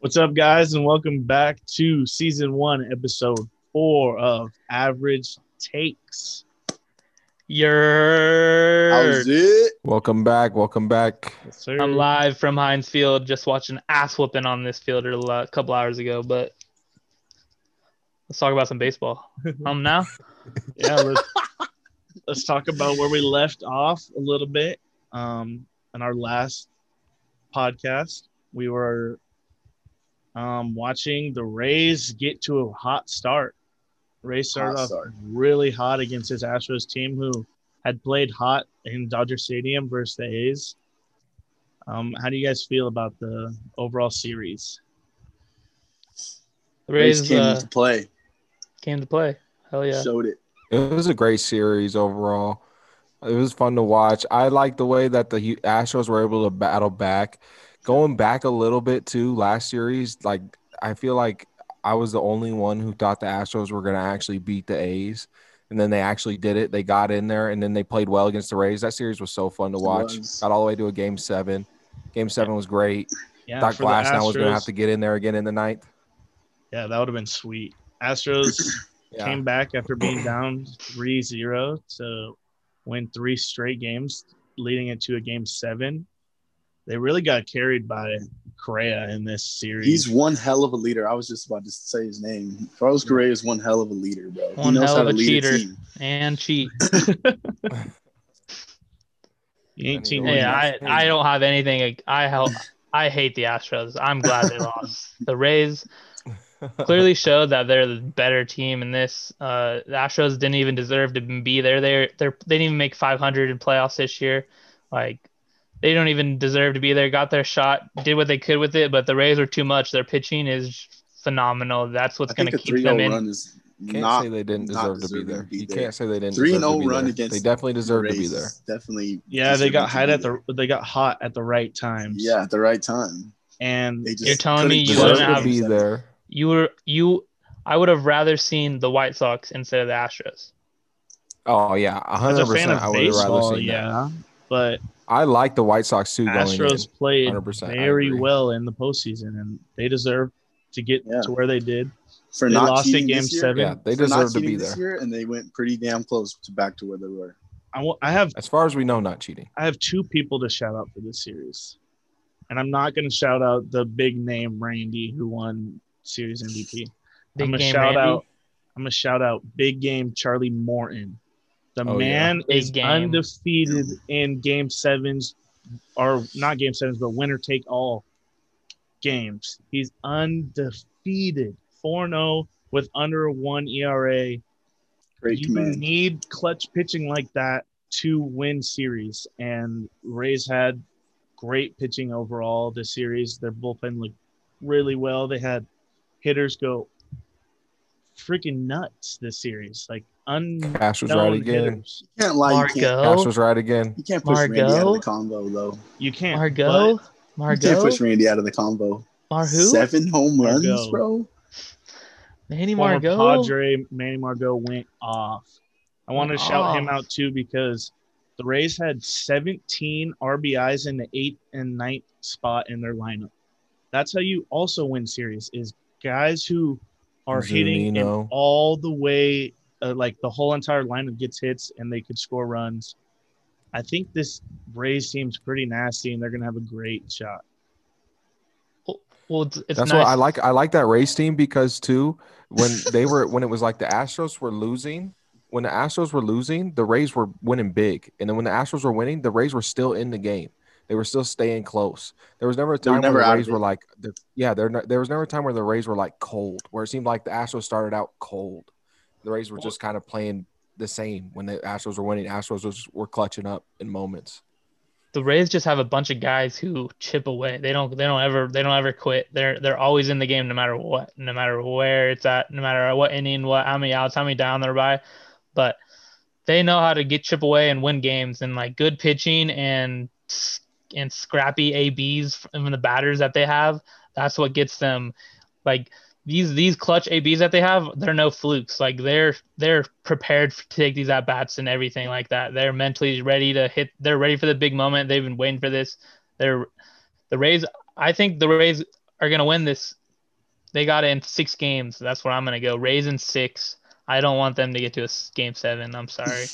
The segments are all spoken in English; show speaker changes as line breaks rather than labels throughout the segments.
What's up, guys, and welcome back to season one, episode four of Average Takes.
You're.
How's it?
Welcome back. Welcome back.
Yes, sir.
I'm live from Heinz Field, just watching ass whooping on this field a lo- couple hours ago. But let's talk about some baseball. um, now
Yeah, let's, let's talk about where we left off a little bit. Um, in our last podcast, we were um, watching the Rays get to a hot start. Rays started
Hot
off
start.
really hot against this Astros team, who had played hot in Dodger Stadium versus the A's. Um, how do you guys feel about the overall series?
the
Rays
Rays
came
uh,
to play.
came to play. Hell yeah!
Showed it.
It was a great series overall. It was fun to watch. I like the way that the Hu- Astros were able to battle back. Going back a little bit to last series, like I feel like I was the only one who thought the Astros were going to actually beat the A's. And then they actually did it. They got in there and then they played well against the Rays. That series was so fun to
It
watch.
was.
Got all the way to a game seven. Game seven was great.
Yeah,
Thought
for the
Glass now was going to have
Astros-
to get in there again in the ninth.
Yeah, that would have been sweet. Astros
Yeah.
came back after being down 3-0 to win three straight games, leading it to a game seven. They really got carried by Correa in this series.
He's one hell of a leader. I was just about to say his name. Carlos Correa is one hell of a leader, bro.
One hell of a cheater.
team.
And cheat.
he ain't seen
Oh,
Hey,
one-
I
yeah.
I don't have anything. ag- I help. I hate the Astros. I'm glad they lost. The Rays clearly showed that they're the better team in this. Uh, the Astros didn't even deserve to be there. They're they're they didn't even make 500 in playoffs this year. Like they don't even deserve to be there. Got their shot, did what they could with it, but the Rays are too much. Their pitching is phenomenal. That's what's
I
going
think
to
the
keep
3
them
0
in.
run is
Can't
not
say they didn't
not
deserve to be
deserving to
there.
be
you
there.
can't say they
3-0
didn't. deserve to be
run
there.
against
They definitely deserve to be
Rays
there.
Definitely.
yeah, they got
deserving to
hot
be
at
there.
the they got hot at the right times.
Yeah, at the right time.
and
They just
You're telling me
couldn't
you
close
wouldn't
the
have-
Deserve to
game
be
seven.
there.
You were you. I would have rather seen the White Sox instead of the Astros.
Oh yeah, a
as
hundred
a fan
percent. I
of
would have rather
baseball,
seen that.
yeah, but
I like the White Sox too. going in.
Astros played
100%, I
very
agree.
well in the postseason, and they deserve to get
Yeah.
to where they did.
For
They
not
lost
cheating
in game
this year,
seven.
Yeah, they
for not
deserve to
cheating
be
this
there.
year, and they went pretty damn close to back to where they were.
I wa- I have
As far as we know, not cheating.
I have two people to shout out for this series, and I'm not going to shout out the big name Randy who won series MVP.
Big
I'm gonna
game,
shout
Randy.
out. I'm gonna shout out big game Charlie Morton. The
Oh, yeah.
man
Big
is
game.
undefeated in game sevens, or not game sevens, but winner take all games. He's undefeated, four 0 with under one E ERA
Great
you
command.
need clutch pitching like that to win series. And Rays had great pitching overall this series. Their bullpen looked really well. They had hitters go freaking nuts this series, like unknown
Cash was right again.
hitters.
You can't lie. You can't,
Cash
Margo,
was right again.
you can't push Randy out of
Margot?
the combo, though.
You can't.
Margot,
You can't
Margot,
push Randy out of the combo.
Marhu,
Seven home runs,
Margot.
bro.
Manny
but former
Margot.
Padre Manny Margot went off. I want to
Went
shout him
off.
out too because the Rays had 17 RBIs in the eighth and ninth spot in their lineup. That's how you also win series is guys who are hitting and
Zunino.
all the way, uh, like the whole entire lineup gets hits and they could score runs. I think this Rays team's pretty nasty and they're gonna have a great shot.
Well, it's, it's
That's
nice.
why I like. I like that race team because too, when they were when it was like the Astros were losing, when the Astros were losing, the Rays were winning big, and then when the Astros were winning, the Rays were still in the game. They were still staying close. There was never a
They were
time where
never
the
out of
Rays
it.
were like, the- yeah, there ne- there was never a time where the Rays were like cold, where it seemed like the Astros started out cold. The Rays were just kind of playing the same when the Astros were winning. Astros was, were clutching up in moments.
the Rays just have a bunch of guys who chip away. They don't they don't ever they don't ever quit. They're they're always in the game no matter what, no matter where it's at, no matter what inning, what how many outs, how many down they're by. But they know how to get chip away and win games and like good pitching and s- and scrappy ABs from the batters that they have. That's what gets them like these these clutch ABs that they have, they're no flukes. Like they're they're prepared to take these at bats and everything like that. They're mentally ready to hit. They're ready for the big moment. They've been waiting for this. They're the Rays. I think the Rays are gonna win this. They got it in six games. That's where I'm gonna go. Rays in six. I don't want them to get to a s- game seven. I'm sorry.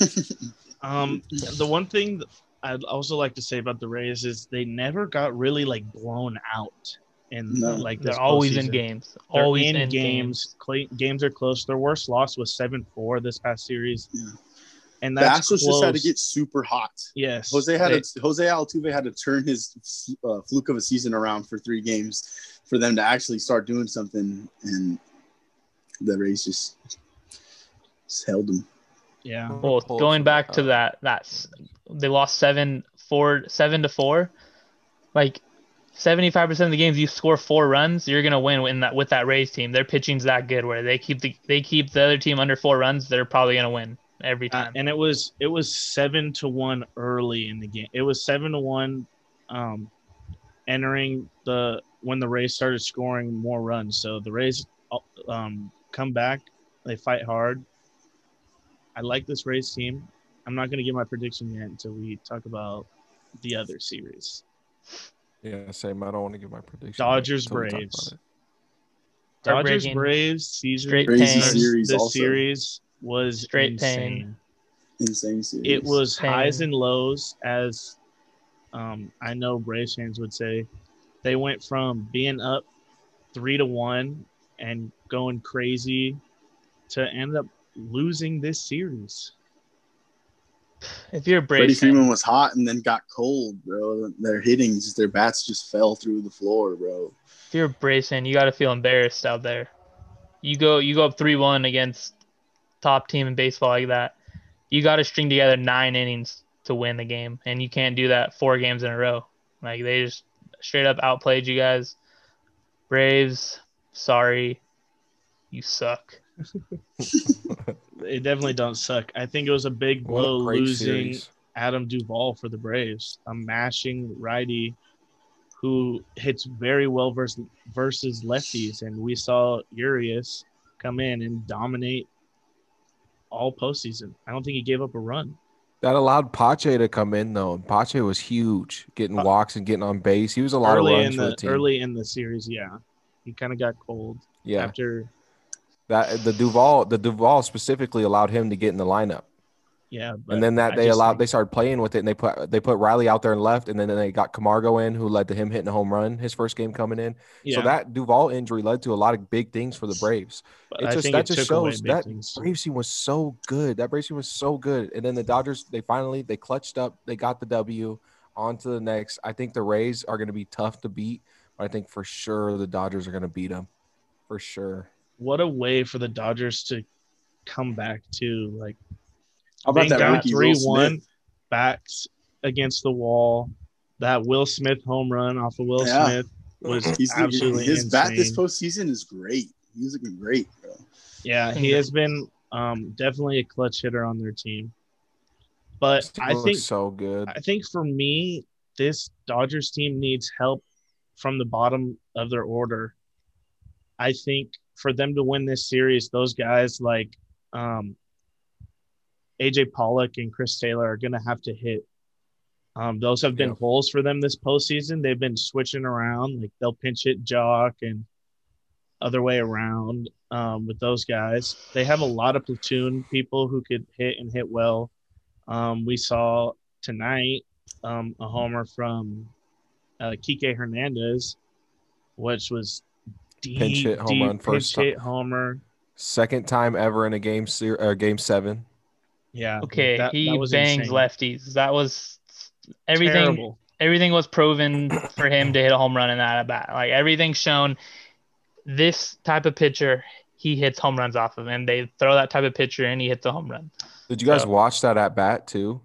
Um, the one thing that I'd also like to say about the Rays is they never got really like blown out, and
No.
like this
They're always in
postseason.
games.
They're
always
in, games. Cla Games are close. Their worst loss was seven four this past series,
Yeah.
and
the
that's
Astros just had to
close.
get super hot.
yes.
Jose had
They-
a, Jose Altuve had to turn his uh, fluke of a season around for three games for them to actually start doing something, and the Rays just, just held them.
yeah.
Well, going back to that, that's they lost seven four seven to four. Like seventy five percent of the games you score four runs, you're gonna win in that with that Rays team. Their pitching's that good where they keep the they keep the other team under four runs, they're probably gonna win every
Uh,
time.
and it was it was seven to one early in the game. It was seven to one, um, entering the when the Rays started scoring more runs. So the Rays uh, um, come back. They fight hard. I like this Rays team. I'm not going to give my prediction yet until we talk about the other series.
Yeah, same. I don't want to give my prediction.
Dodgers,
until we talk
Braves.
about
Dodgers
Heartbreaking.
Braves season
Straight
starts-
pain.
Series
This
also.
series was
Straight
insane.
pain.
Insane series.
it was
Pain.
highs and lows as um, i know braves fans would say they went from being up three to one and going crazy to end up losing this series
If you're a
Freddie
Braves fan,
Freeman was hot and then got cold, bro. Their hittings, their bats just fell through the floor, bro.
if you're a Braves fan, you gotta feel embarrassed out there. You go you go up three one against top team in baseball like that. You gotta string together nine innings to win the game. And you can't do that four games in a row. Like they just straight up outplayed you guys. Braves, sorry. You suck.
they definitely don't suck i think it was a big
it. What
blow
a great
losing
series.
adam duvall for the braves a mashing righty who hits very well versus versus lefties and we saw urias come in and dominate all postseason i don't think he gave up a run
That allowed Pache to come in though. And Pache was huge, getting
Uh,
walks and getting on base. He was a lot of
early
runs
in
for
the,
the team.
early in the series. Yeah, he kind of got cold
yeah,
after.
that the Duval, the Duval specifically allowed him to get in the lineup.
Yeah, but
and then that
I
they
just
allowed
think-
they started playing with it and they put they put Riley out there and left and then they got Camargo in who led to him hitting a home run his first game coming in.
yeah,
So that Duval injury led to a lot of big things for the Braves.
but
it
I
just-
think
that
it
just
took away
shows
big
that
things.
Braves team was so good. That Braves team was so good. And then the Dodgers they finally they clutched up, they got the W on to the next. I think the Rays are going to be tough to beat, but I think for sure the Dodgers are going to beat them. For sure.
What a way for the Dodgers to come back to like
How about
they
that
got
rookie Will
three
Smith?
one backs against the wall. That Will Smith home run off of Will
Yeah.
Smith was
He's
absolutely
his bat this
insane.
postseason is great. He's looking great, bro.
Yeah, he has been um, definitely a clutch hitter on their team. But
This team
I
looks
think
so good.
I think for me, this Dodgers team needs help from the bottom of their order. I think for them to win this series, those guys like um, AJ Pollock and Chris Taylor are going to have to hit. Um, those have been
Yeah.
holes for them this postseason. They've been switching around, like they'll pinch hit Jock and other way around um, with those guys. They have a lot of platoon people who could hit and hit well. Um, we saw tonight um, a homer from uh, Kike Hernandez, which was deep,
Pinch hit home
deep
run first
pinch hit
time.
homer.
Second time ever in a game ser- or game 7.
Yeah.
Okay,
that-
he
that was
bangs
insane.
lefties. That was everything
Terrible.
everything was proven for him to hit a home run in that at bat. Like everything's shown this type of pitcher, he hits home runs off of him. They throw that type of pitcher and he hits a home run.
Did you guys
So-
watch that at bat too?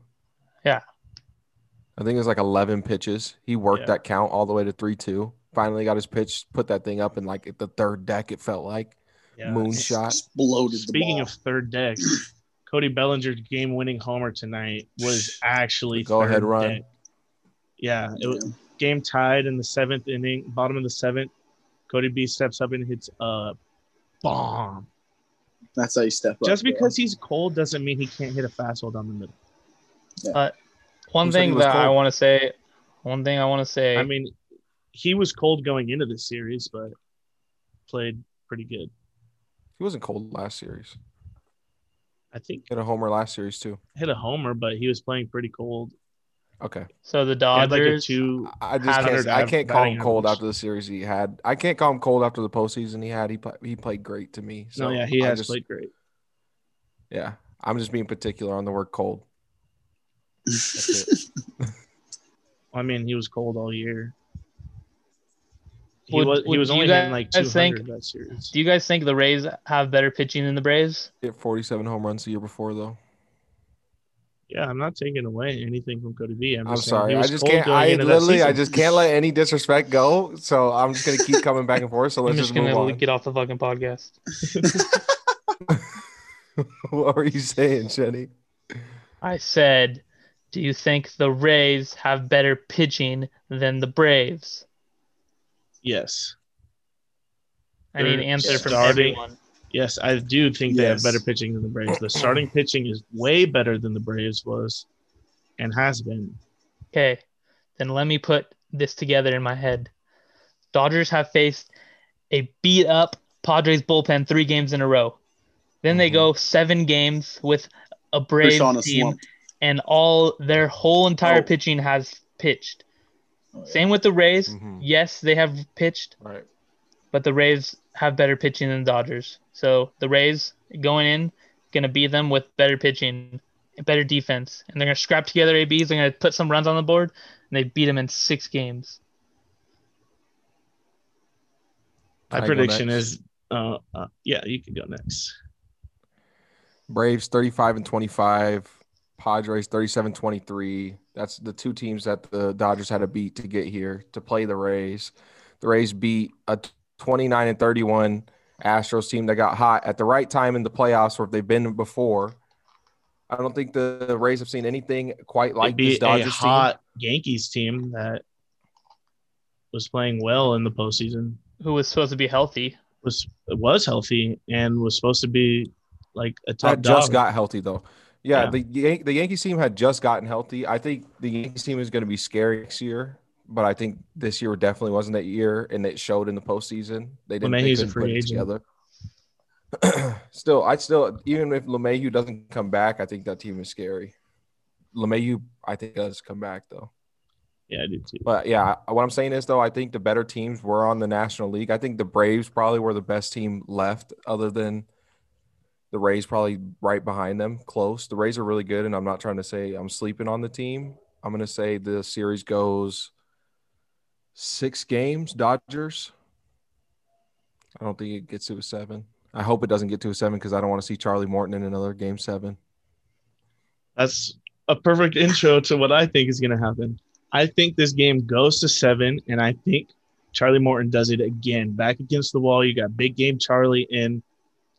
Yeah.
I think it was like 11 pitches. He worked
Yeah.
that count all the way to 3 2. Finally got his pitch, put that thing up, and like at the third deck, it felt like
Yeah.
moonshot.
Exploded
Speaking
the ball.
of third deck, Cody Bellinger's game winning homer tonight was actually
Go ahead,
third
run.
deck. Yeah, it was game tied in the seventh inning, bottom of the seventh. Cody B steps up and hits a bomb.
That's how you step up.
Just
bro.
because he's cold doesn't mean he can't hit a fastball down the middle.
One
Looks like he
thing
was
that I
cold.
want to say, one thing I want to say,
I mean, he was cold going into this series, but played pretty good.
He wasn't cold last series.
I think
Hit a homer last series too.
hit a homer, but he was playing pretty cold.
Okay.
So the
He had like a
Dodgers.
two.
I I just
Hazard
can't. I
av-
can't call
batting
him cold
average.
after the series he had. I can't call him cold after the postseason he had. He played. He played great to me. So
no, yeah, he
I
has
just-
played great.
Yeah, I'm just being particular on the word cold.
I mean, he was cold all year. He
Would-
was he
would
was
you
only hitting like two
guys think-
hundred that series.
Do you guys think the Rays have better pitching than the Braves?
Hit 47 home runs the year before though.
Yeah, I'm not taking away anything from Cody V. I'm,
I'm
just saying
sorry.
He
I
was
just
cold
can't.
going
I
into that
literally. I
season.
just can't let any disrespect go. So I'm just gonna keep coming back and forth. So
I'm
let's
just
just,
gonna
move on.
get off the fucking podcast.
what were you saying, Jenny?
I said, do you think the Rays have better pitching than the Braves?
yes,
I need an
They're
answer from
starting-
everyone.
yes, I do think they have
Yes.
better pitching than the Braves. The starting pitching is way better than the Braves was, and has been.
Okay, then let me put this together in my head. Dodgers have faced a beat up Padres bullpen three games in a row. Then they
Mhm.
go seven games with a Braves
Kershaw in a
team,
slump.
and all their whole entire
Oh.
pitching has pitched.
Oh, yeah.
Same with the Rays.
Mhm.
Yes, they have pitched,
Right.
but the Rays have better pitching than the Dodgers. So the Rays going in, gonna beat them with better pitching, and better defense, and they're gonna scrap together abs. They're gonna put some runs on the board, and they beat them in six games.
My
Can I go
prediction
next?
is, uh, uh, yeah, you can go next.
Braves 35 and 25, Padres 37 23. That's the two teams that the Dodgers had to beat to get here to play the Rays. The Rays beat a 29 and 31 Astros team that got hot at the right time in the playoffs where they've been before. I don't think the the Rays have seen anything quite
Like
like
be
this Dodgers
a
team.
hot Yankees team that was playing well in the postseason.
Who was supposed to be healthy?
was was healthy and was supposed to be like a top
that just
dog.
got healthy though. Yeah,
Yeah.
the Yan- the Yankees team had just gotten healthy. I think the Yankees team is going to be scary next year, but I think this year definitely wasn't that year, and it showed in the postseason. They didn't. They
LeMahieu's a
couldn't
free
put it
agent.
together. still, I still even if Lemayhu doesn't come back, I think that team is scary. Lemayhu, I think does come back though.
yeah, I did too.
But yeah, what I'm saying is though, I think the better teams were on the National League. I think the Braves probably were the best team left, other than the Rays probably right behind them, close. The Rays are really good, and I'm not trying to say I'm sleeping on the team. I'm gonna say the series goes six games, Dodgers. I don't think it gets to a seven. I hope it doesn't get to a seven because I don't want to see Charlie Morton in another game seven.
That's a perfect intro to what I think is going to happen. I think this game goes to seven, and I think Charlie Morton does it again. Back against the wall, you got big game Charlie in.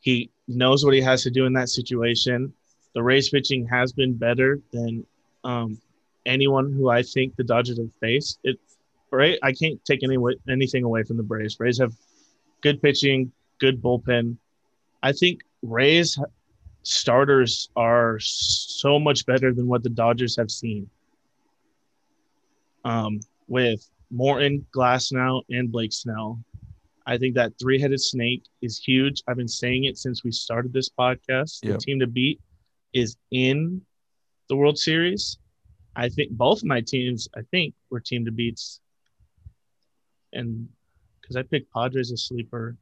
He knows what he has to do in that situation. The Rays pitching has been better than um, anyone who I think the Dodgers have faced. It, right? I can't take any wa- anything away from the Braves. Braves have good pitching, good bullpen. I think Rays starters are so much better than what the Dodgers have seen. Um, with Morton, Glassnow, and Blake Snell, I think that three-headed snake is huge. I've been saying it since we started this podcast. The
Yep.
team to beat is in the World Series. I think both my teams, I think, were team to beats, and because I picked Padres as sleeper.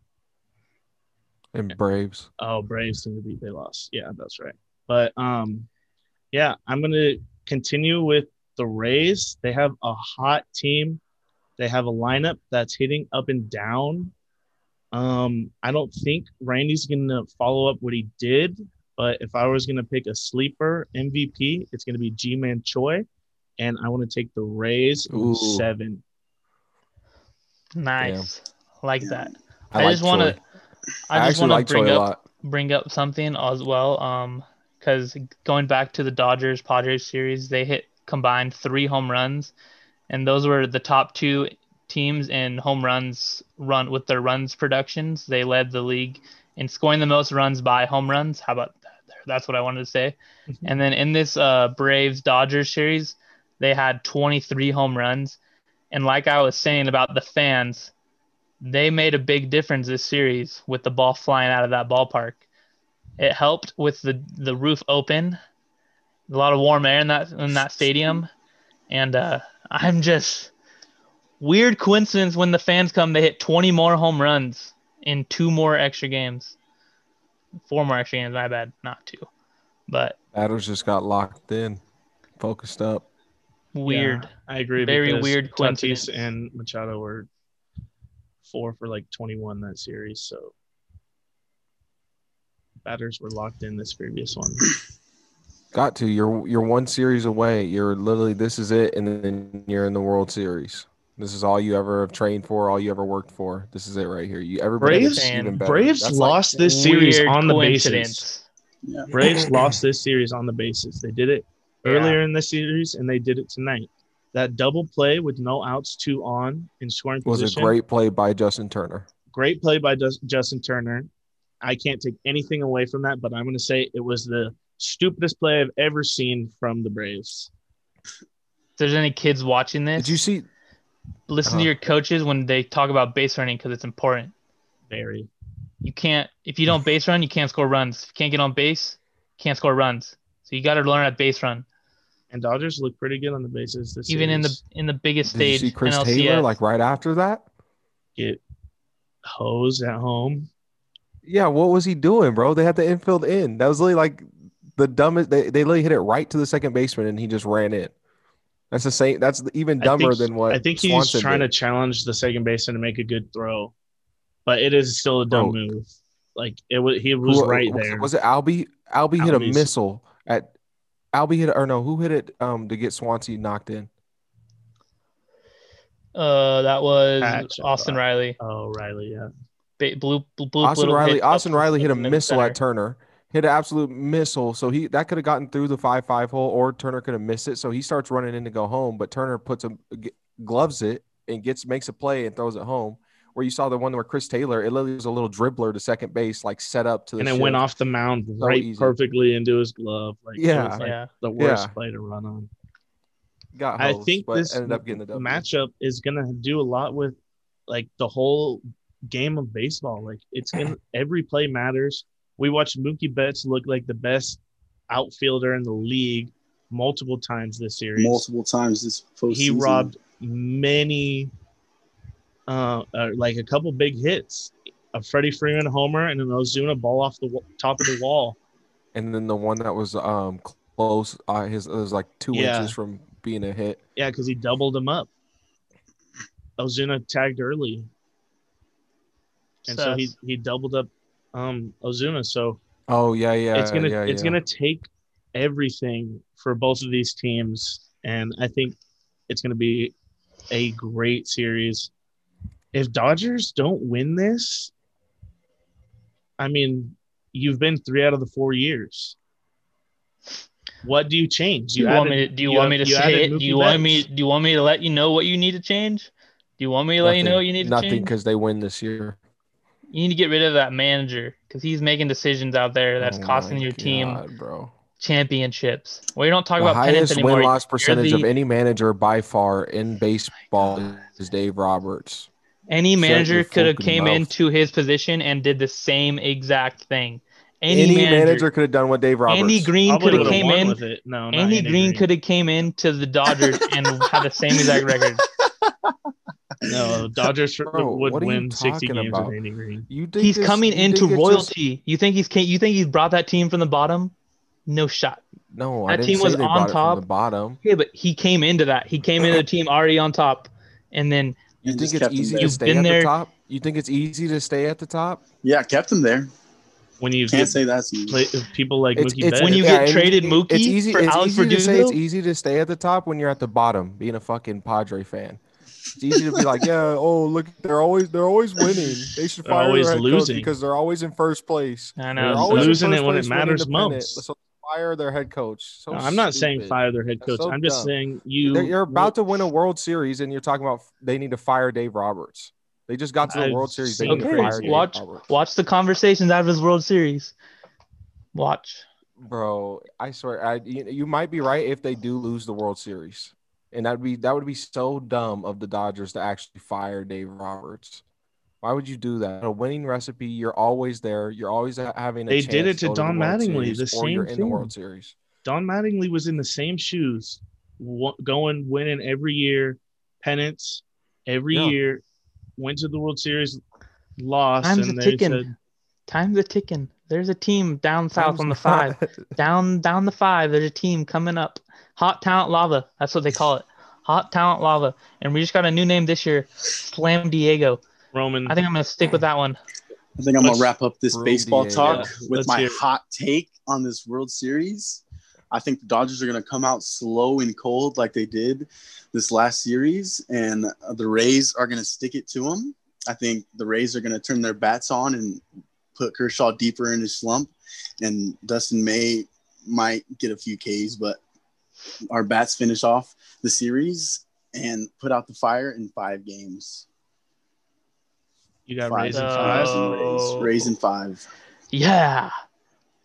And Braves.
Oh, Braves seem to beat. They lost. Yeah, that's right. But um, yeah, I'm gonna continue with the Rays. They have a hot team. They have a lineup that's hitting up and down. Um, I don't think Randy's gonna follow up what he did, but if I was gonna pick a sleeper MVP, it's gonna be G-Man Choi, and I want to take the Rays in
Ooh.
seven.
Nice, like
Yeah.
that.
I,
I,
like
just want
Troy.
to.
I,
I just
actually
want
like
to
Troy
bring up
a lot.
bring up something as well. Um, because going back to the Dodgers Padres series, they hit combined three home runs, and those were the top two teams in home runs run with their runs productions. They led the league in scoring the most runs by home runs. How about that? There, That's what I wanted to say. and then in this uh, Braves Dodgers series, they had 23 home runs, And like I was saying about the fans, they made a big difference this series with the ball flying out of that ballpark. It helped with the, the roof open, a lot of warm air in that in that stadium, and uh, I'm just weird coincidence when the fans come, they hit 20 more home runs in two more extra games, four more extra games. My bad, not two, but
Batters just got locked in, focused up.
weird.
Yeah, I agree.
Very
because
weird coincidence.
Tatis and Machado were four for like 21 that series. So batters were locked in this previous one.
Got to. You're you're one series away. You're literally this is it, and then you're in the World Series. This is all you ever have trained for, all you ever worked for. This is it right here. You everybody
Braves-
gets even better.
Braves
That's like-
lost this series
Weird
on the bases.
coincidence.
Yeah.
Braves lost this series on the bases. They did it
Yeah.
earlier in the series and they did it tonight. That double play with no outs, two on in scoring
was a
position.
great play by Justin Turner.
great play by Dus- Justin Turner. I can't take anything away from that, but I'm going to say it was the stupidest play I've ever seen from the Braves.
If there's any kids watching this,
Did you see?
listen
Uh-huh.
to your coaches when they talk about base running because it's important.
Very.
You can't if you don't base run, you can't score runs. If you can't get on base, you can't score runs. So you got to learn how to base run,
And Dodgers look pretty good on the bases this
even in the
series.
in the biggest
Did you
stage.
see Chris
NLCS.
Taylor like right after that?
get hosed at home.
Yeah, what was he doing, bro? They had the infield in. That was really like the dumbest. They, they literally hit it right to the second baseman, and he just ran in. That's the same. That's even
I
dumber
think-
than what
I think he's
Swanson
trying
did.
to challenge the second baseman to make a good throw, but it is still a dumb
Bro.
move. Like it was, he was
Oh. Who-
right
was,
there.
Was it Albie? Albie hit a
Albie's-
missile at Albie hit or no? Who hit it um to get Swansea knocked in?
Uh, that was
Patch, I
Austin
thought.
Riley.
oh, Riley, yeah.
Ba- blue, blue, blue,
Austin
little
Riley.
hit up
Austin Riley hit a
in the
missile
center.
at Turner. Hit an absolute missile. So he that could have gotten through the five five hole, or Turner could have missed it. So he starts running in to go home, but Turner puts a g- gloves it and gets makes a play and throws it home. Where you saw the one where Chris Taylor, it literally was a little dribbler to second base, like set up to the
And it
shift.
went off the mound
So
right
easy.
perfectly into his glove. Like it
Yeah.
was, like,
Yeah,
the worst
Yeah.
play to run on.
Got
I
hosed,
think
but
this
ended up getting the W.
matchup is gonna do a lot with like the whole game of baseball. Like it's gonna every play matters. We watched Mookie Betts look like the best outfielder in the league multiple times this series.
Multiple times this postseason.
He robbed many, uh, uh, like a couple big hits, a Freddie Freeman homer and an Ozuna ball off the wa- top of the wall.
and then the one that was um close uh, his it was like two
Yeah.
inches from being a hit
Yeah, because he doubled him up. Ozuna tagged early, and so he
Sus.
he doubled up um, Ozuna. So
oh yeah yeah
it's gonna
yeah,
it's
yeah.
gonna take everything for both of these teams, and I think it's gonna be a great series. If Dodgers don't win this, I mean, you've been three out of the four years. What do you change?
Do you,
added-
want me to? Do you,
you
want me to
add- you
say it?
added
Do you
Mookie
want me?
Betts.
Do you want me to let you know what you need to change? Do you want me to let you know what you need to
nothing
change?
because they win this year
You need to get rid of that manager because he's making decisions out there that's
Oh
costing
my
your team
God, bro
championships. We don't talk
the
about pennants
highest win
anymore.
loss percentage of
the-
any manager by far in baseball is Dave Roberts
Any
Shut your
manager could have
fucking
came
mouth.
into his position and did the same exact thing. Any,
any,
manager,
manager, could have done what Dave Roberts
Andy Green
Probably
could have
would've
came
won
in.
with it. No, not
Andy Green could have came in to the Dodgers and had the same exact record.
No, Dodgers
Bro,
would
what are you
win 60
talking
games
about?
with Andy Green.
you think
He's
this-
coming
you think
into
it's just-
royalty. You think he's ca- you think he's brought that team from the bottom? No shot.
no I
That
didn't
team
say
was
they
on
brought it
top.
from the bottom
Yeah, but he came into that. He came into the team already on top, and then
you
And
think
just
it's
kept him
easy
there.
to
You've
stay
been
at
there.
the top you think it's easy to stay at the top
Yeah, kept him there.
When you
Can't
get
say that's easy.
play, people like
It's-
Mookie
it's-
Betts,
when you
Yeah,
get
and
traded Mookie
it's easy.
for
It's
Alex
easy to say. It's
Verdugo,
easy to stay at the top when you're at the bottom, being a fucking Padre fan. It's easy to be like, yeah, oh look, they're always they're always winning. They should
They're
fire
always
their head coach
losing.
because they're always in first place.
I
They're
They're
know.
always in
losing
first
it when it
place, winning
matters
the pennant.
most.
So fire their head coach. So
No, I'm not saying
stupid.
fire their head coach.
so
I'm just
dumb.
saying you.
They're- You're about to win a World Series, and you're talking about f- they need to fire Dave Roberts. They just got to the
I've
World Series. They
seen
need
Okay,
to fire Dave
watch-
Roberts.
Watch the conversations out of his World Series. Watch.
Bro, I swear, I you, you might be right if they do lose the World Series. And that'd be that would be so dumb of the Dodgers to actually fire Dave Roberts. Why would you do that? A winning recipe. You're always there. You're always ha- having. A
They did
chance
it to
go the
Don
World
Mattingly,
Series,
the
or you're
same
in the
thing.
World Series.
Don Mattingly was in the same shoes, wa- going winning every year, pennants every
Yeah.
year, went to the World Series, lost,
Time's a
and they
ticking.
said,
Time's a ticking. There's a team down south
Time's
on the
not-
five. down down the five there's a team coming up hot talent lava that's what they call it hot talent lava and we just got a new name this year slam diego
Roman.
i think i'm gonna stick with that one
I think I'm gonna
Let's-
wrap up this
Room
baseball
DA,
talk
yeah.
with
Let's
my
hear it.
hot take on this World Series. I think the Dodgers are gonna come out slow and cold like they did this last series, and uh, the Rays are gonna stick it to them. I think the Rays are gonna turn their bats on and put Kershaw deeper in his slump, and Dustin May might get a few Ks, but our bats finish off the series and put out the fire in five games.
you got
Five
raised in
No.
five.
Rays, Rays in five.
yeah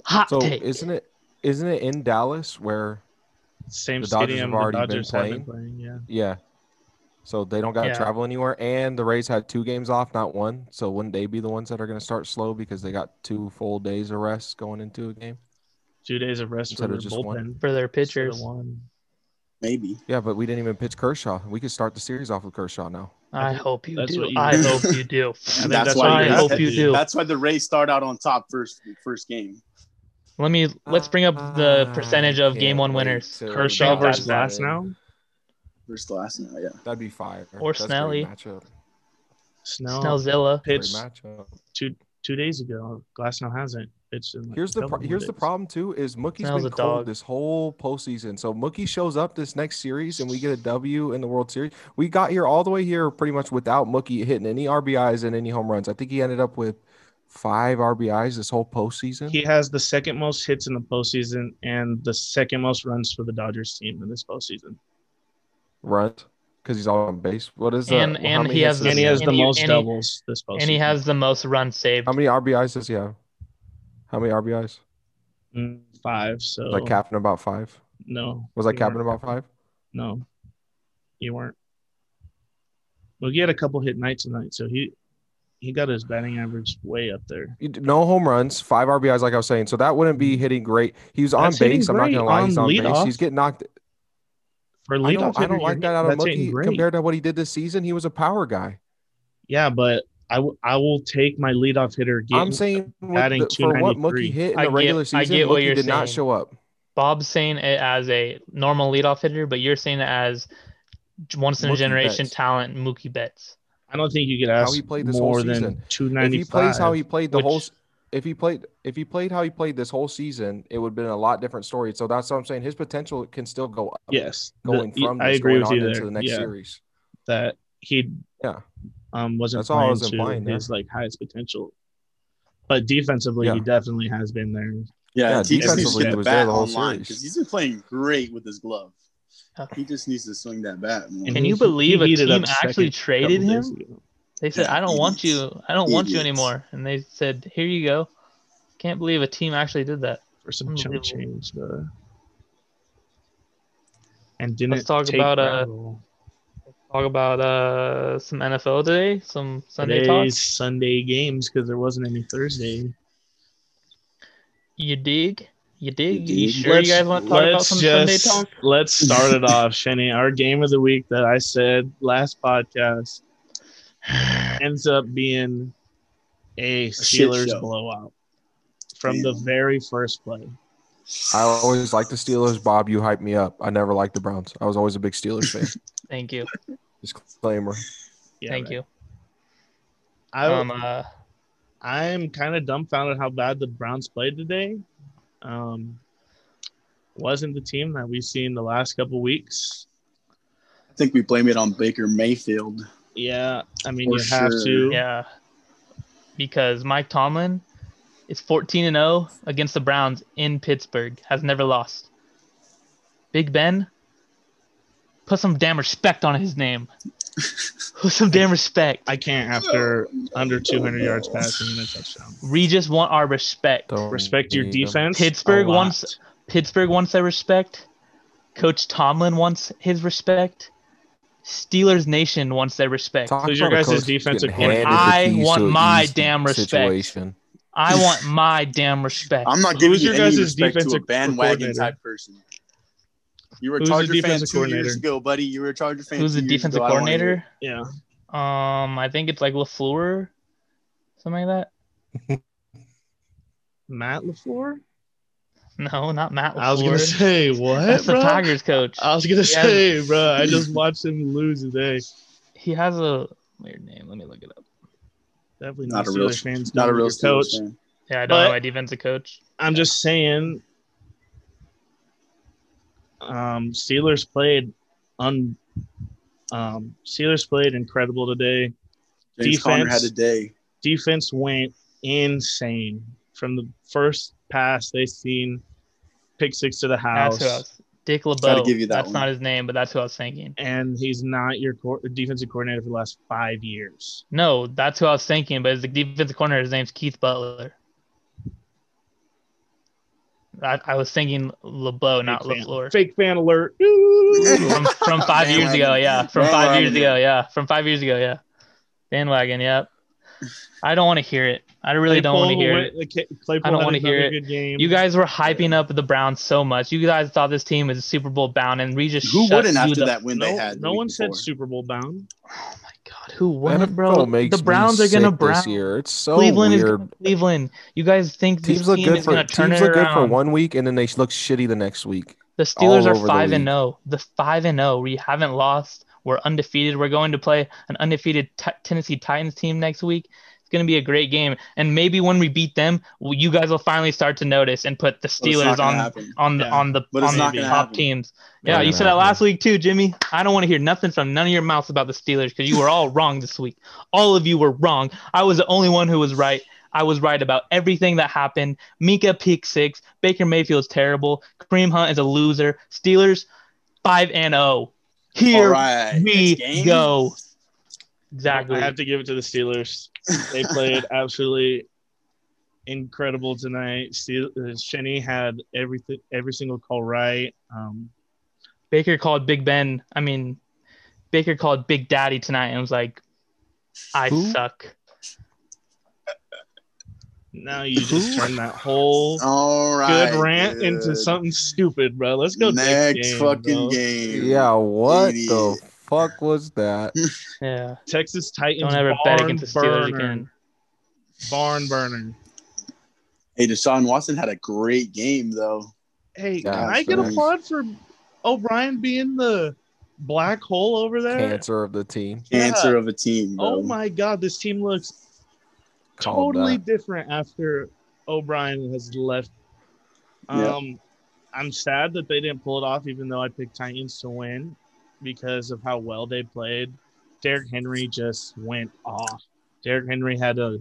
hot
so
take
isn't it? Isn't it in Dallas where?
Same
The Dodgers
stadium
have
the
already been
Dodgers have been playing. Yeah.
Yeah. So they don't got to
Yeah.
travel anywhere, and the Rays had two games off, not one. So wouldn't they be the ones that are going to start slow because they got two full days of rest going into a game?
Two days of rest
Instead
for their
of just
bullpen.
one.
for their
instead of
pitchers
one.
Maybe.
Yeah, but we didn't even pitch Kershaw. We could start the series off with Kershaw now.
i hope you
that's
do
what you
i
do.
hope you do
I think
that's,
that's
what
why
I
the Rays-
hope you do.
That's why the Rays start out on top first first game.
let me let's bring up the
Uh,
percentage of
I
game
Ah, can't
one
wait
winners
till
Kershaw
that
versus Glass
happens.
now.
First to last now, yeah.
That'd be fire.
Or
That's a great
Snelly.
Matchup.
Snell
snellzilla
Great
pitched
matchup.
two two days ago. Glass now hasn't pitched. In like
Here's
a
the
couple
pro-
more
here's the
days.
problem too is Mookie's
Snell's
been
a
cold
dog.
this whole postseason. So Mookie shows up this next series and we get a W in the World Series. We got here all the way here pretty much without Mookie hitting any RBIs and any home runs. I think he ended up with five RBIs this whole postseason.
He has the second most hits in the postseason and the second most runs for the Dodgers team in this postseason.
Runs because he's all on base. What is
And-
that?
and he has
And he has the
And he-
most
and he-
doubles this postseason.
and he has the most runs saved
how many RBIs does he have? How many RBIs?
Mm, five. So
Was I capping about five?
no.
Was
you
I
weren't.
capping about five?
No, you weren't. Well, he had a couple hit nights tonight, so he he got his batting average way up there.
You d- No home runs, five RBIs, like I was saying. So that wouldn't be hitting great. He was on
Mm. That's hitting
base. I'm not
great.
gonna lie, he's
On
on base.
leadoff.
He's getting knocked.
For
I
leadoff
don't, I
hitter,
don't
you're
like that
hit-
out of
that's hitting
Mookie
great.
compared to what he did this season. He was a power guy.
Yeah, but I w- I will take my leadoff hitter. Getting,
I'm saying with
batting
the- for what
293.
Mookie hit in
I
the regular
get- I
season,
get what
Mookie
you're
did not
saying.
show up.
Bob's saying it as a normal leadoff hitter, but you're saying it as once in a
Mookie
generation
Betts.
talent Mookie Betts.
I don't think you could
How
ask
he played this whole
more than
season.
two
If
ninety
he
five.
plays how he played the whole,
which-
s- if he played if he played how he played this whole season, it would have been a lot different story. So that's what I'm saying. His potential can still go up.
yes, the- E,
going from
I
this,
agree
going
with
on
you
into
there.
the next
yeah,
series.
that he
Yeah.
um wasn't
That's all I
playing
was implying
to
there.
his like highest potential, but defensively he
Yeah.
definitely has been there.
Yeah,
Yeah, he just needs
defensively,
to
he
get
was
a
there
bat
the whole
online
series.
because he's been playing great with his glove.
Yeah.
He just needs to swing that bat. more.
And
Can you
he-
believe
he
a
heated
team
up
actually
second
traded
Couple
him?
days ago.
They said,
Yeah,
"I don't want
idiots.
you. I don't want you
Idiots.
anymore." And they said, "Here you go." Can't believe a team actually did that.
for some chunk
Unbelievable.
change, bro. And didn't
talk
take
about, uh,
Bravo.
Talk about uh some NFL today, some Sunday
Today's
talk.
Sunday games because there wasn't any Thursday.
You dig? You dig?
You
You,
dig?
sure you guys want to talk about
let's
some
just
Sunday talk?
let's start it off, Shenny. Our game of the week that I said last podcast ends up being a
shit
Steelers
show.
blowout from the
Damn.
very first play.
I always like the Steelers. Bob, you hyped me up. I never liked the Browns. I was always a big Steelers fan.
Thank you.
Disclaimer.
Yeah,
Thank you.
I,
Um. Uh,
I'm kind of dumbfounded how bad the Browns played today. Um, wasn't the team that we've seen the last couple weeks.
I think we blame it on Baker Mayfield.
Yeah, I mean
For
you have
sure.
to.
Yeah. Because Mike Tomlin is 14 and 0 against the Browns in Pittsburgh, has never lost. Big Ben, put some damn respect on his name. put some damn respect.
I can't after under 200 yards passing and a touchdown.
we just want our respect.
Don't
Respect your
um,
need 'em.
defense.
Pittsburgh
a lot.
wants- Pittsburgh wants their respect. Coach Tomlin wants his respect. Steelers Nation wants their respect.
Talk
your
about a
guys'
coach
defensive
getting handed
coordinator. I
the keys
want
to an
my
easy
damn respect.
Situation.
I want my damn respect.
I'm not
Who's
giving you
your
any
guys'
respect to a
defensive
bandwagon
coordinator?
type person. You were a
Who's your
Charger fan
defensive
two years
coordinator?
ago, buddy. You were a Charger fan.
Who's
two
the
years
defensive
ago. I don't wanna hear
coordinator?
Yeah.
Um, I think it's like Lafleur, something like
Matt LaFleur?
that. No, not Matt. LaFleur.
I was going to say, what?
That's the
Bro? Uh,
Tigers coach.
I was going to
Yeah.
say, bro, I just watched him lose today.
he has a weird name. Let me look it up.
Definitely
Not
not,
a
Steelers
real-
fans.
it. Not a
don't
real
like your
Steelers fan.
Yeah, I don't
But-
know my defensive coach.
I'm just saying, um, Steelers played un. Um, Steelers played incredible today.
James Conner
Defense.
had a day.
Defense went insane from the first pass they seen, pick six to the
That's
house,
who I was. Dick LeBeau.
give you that
that's
one.
not his name, but that's who I was thinking.
and he's not your co- defensive coordinator for the last five years.
No, that's who I was thinking. But as the defensive corner, his name's Keith Butler. I, I was thinking LeBeau, not
Fake fan-
LaFleur.
Fake fan alert.
from from five years ago. Yeah, from five years ago. Yeah, from five years ago. Yeah, bandwagon. Yep. I don't want to hear it. I really don't want to hear it. I don't wanna hear it.
Good game.
You guys were hyping up the Browns so much. You guys thought this team was Super Bowl bound, and we just
Who
shut
wouldn't
you
after
the-
that win
no,
they had? the
no
week
one said
before?
Super Bowl bound.
Oh my God, who
NFL
wouldn't, bro?
makes
The
me
Browns are gonna
sick this
Brown.
year. It's so
Cleveland is
weird.
Cleveland. You guys think
teams
this
look
team
good
is
for
gonna turn
teams
it
look good for
around?
one week and then they look shitty the next week.
The Steelers
all
are
over the
five and
league.
zero. The five and zero. We haven't lost. We're undefeated. We're going to play an undefeated t- Tennessee Titans team next week. It's going to be a great game, and maybe when we beat them, well, you guys will finally start to notice and put the
But it's not
Steelers
gonna
on
happen.
on the
Yeah,
on the
but it's
on
not
the
gonna
top
happen.
teams.
Not
Yeah, you
gonna
said that
happen.
last week too, Jimmy. I don't want to hear nothing from none of your mouths about the Steelers because you were all wrong this week. All of you were wrong. I was the only one who was right. I was right about everything that happened. Mika peak six. Baker Mayfield's terrible. Kareem Hunt is a loser. Steelers five and zero.
All
Here
right.
we
next game.
go. Exactly.
I have to give it to the Steelers. They played absolutely incredible tonight. Steel, uh, Shenny had everything, every single call right. Um,
Baker called Big Ben. I mean, Baker called Big Daddy tonight and was like, "I
Who?
suck."
now you just turn that whole
All right.
good rant
dude.
into something stupid, bro. Let's go
next
next, game,
fucking
bro.
game.
Yeah, what the
idiot.
fuck was that?
Yeah.
Texas Titans.
Don't ever bet
barn
against the Steelers
burner.
again.
Barn burner.
Hey, Deshaun Watson had a great game though.
Hey,
Yeah,
can I get
thanks.
a pod for O'Brien being the black hole over there?
Cancer of the team.
Cancer
Yeah.
of a team. Bro.
Oh my god, this team looks
Called
totally
that.
different after O'Brien has left.
Yeah.
Um, I'm sad that they didn't pull it off, even though I picked Titans to win because of how well they played. Derrick Henry just went off. Derrick Henry had a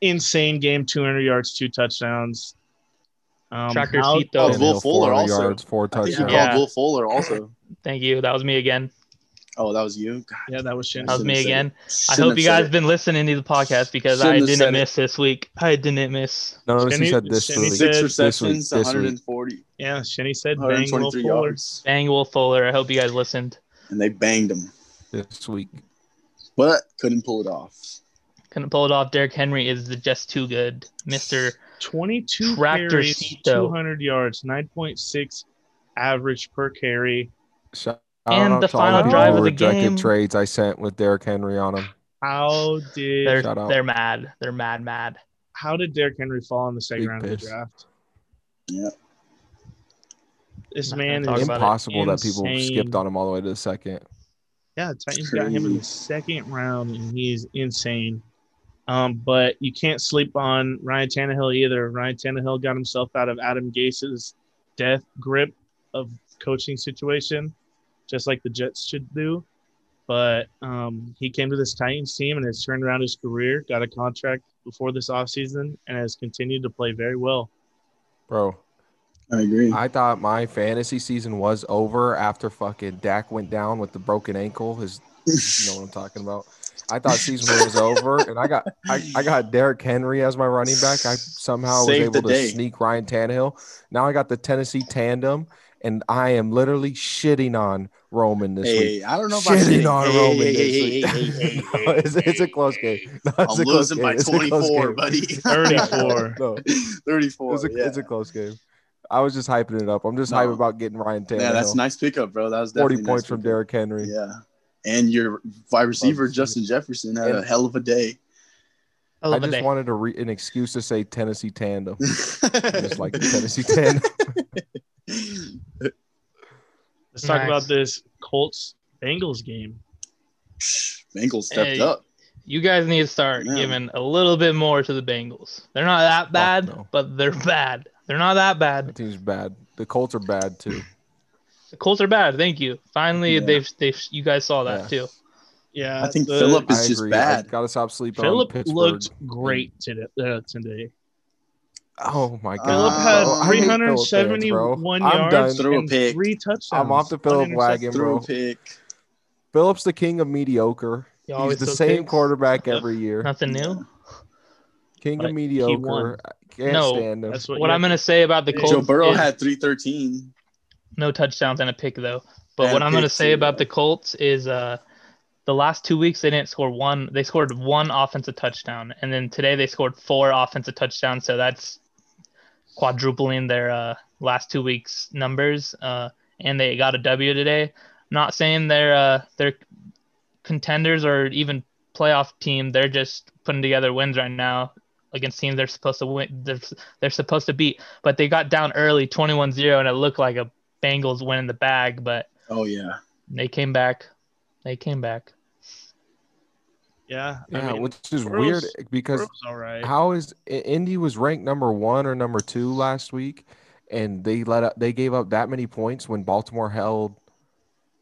insane game: 200 yards, two touchdowns. Um,
Track your
how-
feet, though.
Tannehill,
Oh, Will Fuller
400
also.
yards, four
I think you
touchdowns.
Yeah.
called Will Fuller also.
Thank you. That was me again.
Oh, that was you. God,
Yeah, that was Shin.
That was
Shouldn't
me
have said
again. I
shouldn't
hope
have
you
said
guys
it.
been listening to the podcast because
Shouldn't
I
have said
didn't
it.
miss this week. I didn't miss.
No, notice
Shenny-
he said this
Shenny
for the
said-
league.
Six
This
receptions,
week, this week.
140,
Yeah, Shinny said bang Will
123
Fuller.
yards,
Bang Will Fuller. I hope you guys listened.
and they banged him,
this week.
but couldn't pull it off.
Couldn't pull it off. Derrick Henry is the just too good. Mr.
22
Tractor
carries,
seat, though.
200 yards, 9.6 average per carry.
Shout
And
out
the
to all
final
people
drive of
who
the
rejected
game.
trades I sent with Derrick Henry on him.
How did
They're
Shout out.
they're mad. They're mad mad.
how did Derrick Henry fall in the second
Big
round of the
piss.
draft?
Yeah.
This
Not
man
gonna talk
is
about it.
Impossible that people skipped
insane.
on him all the way to the second.
Yeah, Titans got him in the second round, and he's insane. Um, but you can't sleep on Ryan Tannehill either. Ryan Tannehill got himself out of Adam Gase's death grip of coaching situation, just like the Jets should do. But um, he came to this Titans team and has turned around his career, got a contract before this offseason, and has continued to play very well.
Bro,
I agree.
I thought my fantasy season was over after fucking Dak went down with the broken ankle. His, you know what I'm talking about. I thought season was over, and I got I, I got Derrick Henry as my running back. I somehow
Saved
was able
the
to
day.
sneak Ryan Tannehill. Now I got the Tennessee tandem, and I am literally shitting on Roman this
hey,
week.
I don't know if I'm
Shitting on
hey,
Roman
hey,
this
hey,
week.
hey, hey, hey, hey,
No, it's, it's a
hey,
close
hey.
game. No,
I'm
it's a close
losing by
game. It's a close
24,
game.
buddy.
34.
No, it
34.
was a,
yeah.
it's a close game. I was just hyping it up. I'm just
No.
hyping about getting Ryan Taylor.
yeah, that's a nice pickup, bro. That was
40
definitely a nice
points from
pickup.
Derrick Henry.
Yeah. And your wide receiver,
Love to see
Justin Jefferson, had a
And-
hell of a day.
I
I
love a
just
day.
wanted to re- an excuse to say Tennessee tandem, just like Tennessee tandem.
Let's talk
Nice.
about this Colts Bengals game.
Bengals stepped
Hey,
up.
you guys need to start
Yeah.
giving a little bit more to the Bengals. They're not that bad,
no.
but they're bad. They're not that
That
bad.
team's bad. The Colts are bad too.
The Colts are bad. Thank you. Finally,
Yeah.
they've they've you guys saw that
Yeah.
too.
Yeah,
I think
the-
Philip is
I
just
agree.
bad.
I gotta stop sleeping
Philip
on Pittsburgh.
looked great today. Uh, today.
Oh my god!
Philip
Uh,
had
bro. I hate Phillip fans, bro.
371
I'm done.
yards
Throw a
and
pick.
three touchdowns.
I'm off the Phillip
One
wagon,
interception.
bro.
Throw a pick.
Phillip's the king of mediocre.
You
He's
always
the
took
same
picks?
quarterback
Yep.
every year.
Nothing new.
king
But
of
he
mediocre.
won.
I can't
No,
stand him.
That's what,
What I'm gonna say about the
Joe
Colts
Joe Burrow
is
had 313.
no touchdowns and a pick though.
And
But
a
what I'm gonna
pick,
say
too,
about
yeah.
the Colts is uh the last two weeks they didn't score one. They scored one offensive touchdown, and then today they scored four offensive touchdowns. So that's quadrupling their uh, last two weeks numbers. Uh, and they got a W today. Not saying they're uh, they're contenders or even playoff team. They're just putting together wins right now against teams they're supposed to win. They're, they're supposed to beat, but they got down early, 21-0, and it looked like a Bengals win in the bag. But
Oh, yeah.
they came back. They came back.
yeah,
Yeah,
I mean,
which is weird
Burrow's-
because
Burrow's all right.
how is I- Indy was ranked number one or number two last week, and they let up, they gave up that many points when Baltimore held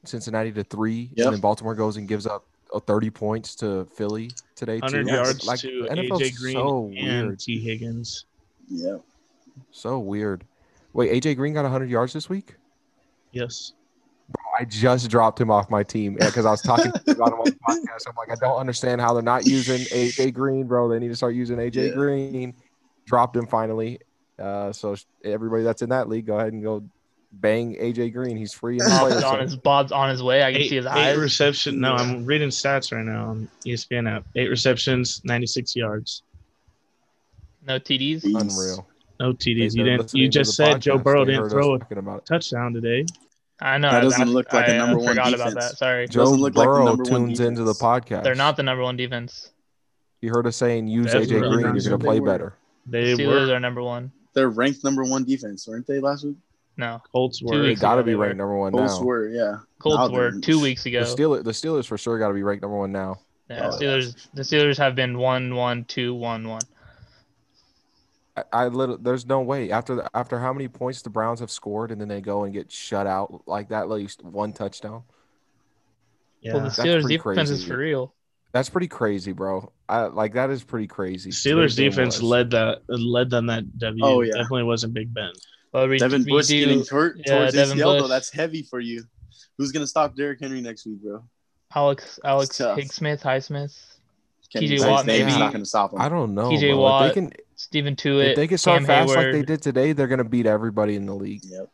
Cincinnati to three,
Yep.
and then Baltimore goes and gives up uh, thirty points to Philly today. too.
100
It's
yards
like,
to
the NFL's
AJ Green
So
and
weird,
T Higgins.
Yeah.
so weird. Wait, AJ Green got hundred yards this week.
Yes.
I just dropped him off my team because I was talking to him about him on the podcast. I'm like, I don't understand how they're not using AJ Green, bro. They need to start using AJ
Yeah.
Green. Dropped him finally. Uh, so sh- everybody that's in that league, go ahead and go bang AJ Green. He's free. And
Bob's on
playing.
his Bob's on his way. I can
Eight,
see his
eight
eyes.
reception. No, I'm reading stats right now on E ESPN app. Eight receptions, 96 yards.
No TDs.
Jeez.
Unreal.
No TDs.
They're
You didn't.
listening
You
to
just
the
said Joe
podcast.
Burrow
They
didn't
heard
throw
us
a
talking about. it.
touchdown today.
I know.
That doesn't
I-
look like the
I, uh,
number one
forgot about
defense.
that. Sorry.
Joe
look like the
Burrow
number one
tunes into the
defense.
podcast.
They're not the number one defense.
You heard us saying use
That's really
AJ Green.
not
You're
who
gonna
they
play
were.
better.
They
Steelers
were
are number one.
They're ranked number one defense, weren't they last week?
No.
Colts
Two
were.
They
weeks
got to
ago
be
they were.
ranked number one
Colts
now.
were, yeah.
Colts
Now
were
they're-
two weeks
The
ago.
Steelers, the Steelers for sure got to be ranked number one now.
yeah,
Oh, yeah.
Steelers. The Steelers have been one, one, two, one, one.
I, I little there's no way after the, after how many points the Browns have scored and then they go and get shut out like that at least one touchdown.
Well,
Yeah.
the
That's
Steelers
pretty
defense is
crazy.
for real.
That's pretty crazy, bro. I like that is pretty crazy.
Steelers
Today's game
defense
was.
led that led them that W.
Oh, yeah.
definitely wasn't Big Ben.
But we,
Devin
we
Bush
do-
getting hurt
yeah,
towards
Devin
ACL, though.
Bush.
That's heavy for you. Who's going to stop Derrick Henry next week, bro?
Alex Alex
tough.
Higsmith, Highsmith,
Kenny
TJ
Gates,
Watt,
Navy's
maybe.
not going to stop him.
I don't know.
TJ
bro.
Watt,
if they can
Stephen
if
Tuitt,
they can start
Cam
fast
Hayward.
like they did today, they're gonna beat everybody in the league.
Yep.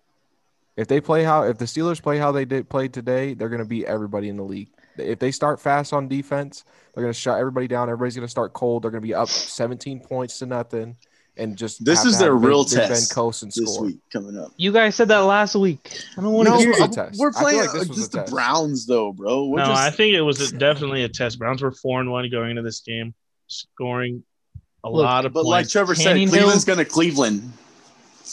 If they play how if the Steelers play how they did played today, they're gonna beat everybody in the league. If they start fast on defense, they're gonna shut everybody down. Everybody's gonna start cold. They're gonna be up 17 points to nothing, and just
This
have
is
to have
their
Big-
real
Big Ben
test
coast and
This
score.
week coming up.
You guys said that last week. I don't want to
No,
hear
this was
it.
a test.
we're
I feel
playing
like this was
against
a
the
test.
Browns, though, bro. We're
no,
just,
I think it was a, definitely a test. Browns were four and one going into this game, scoring a
Look,
lot of
but like
points.
Trevor said,
Tannehill-
Cleveland's going to Cleveland.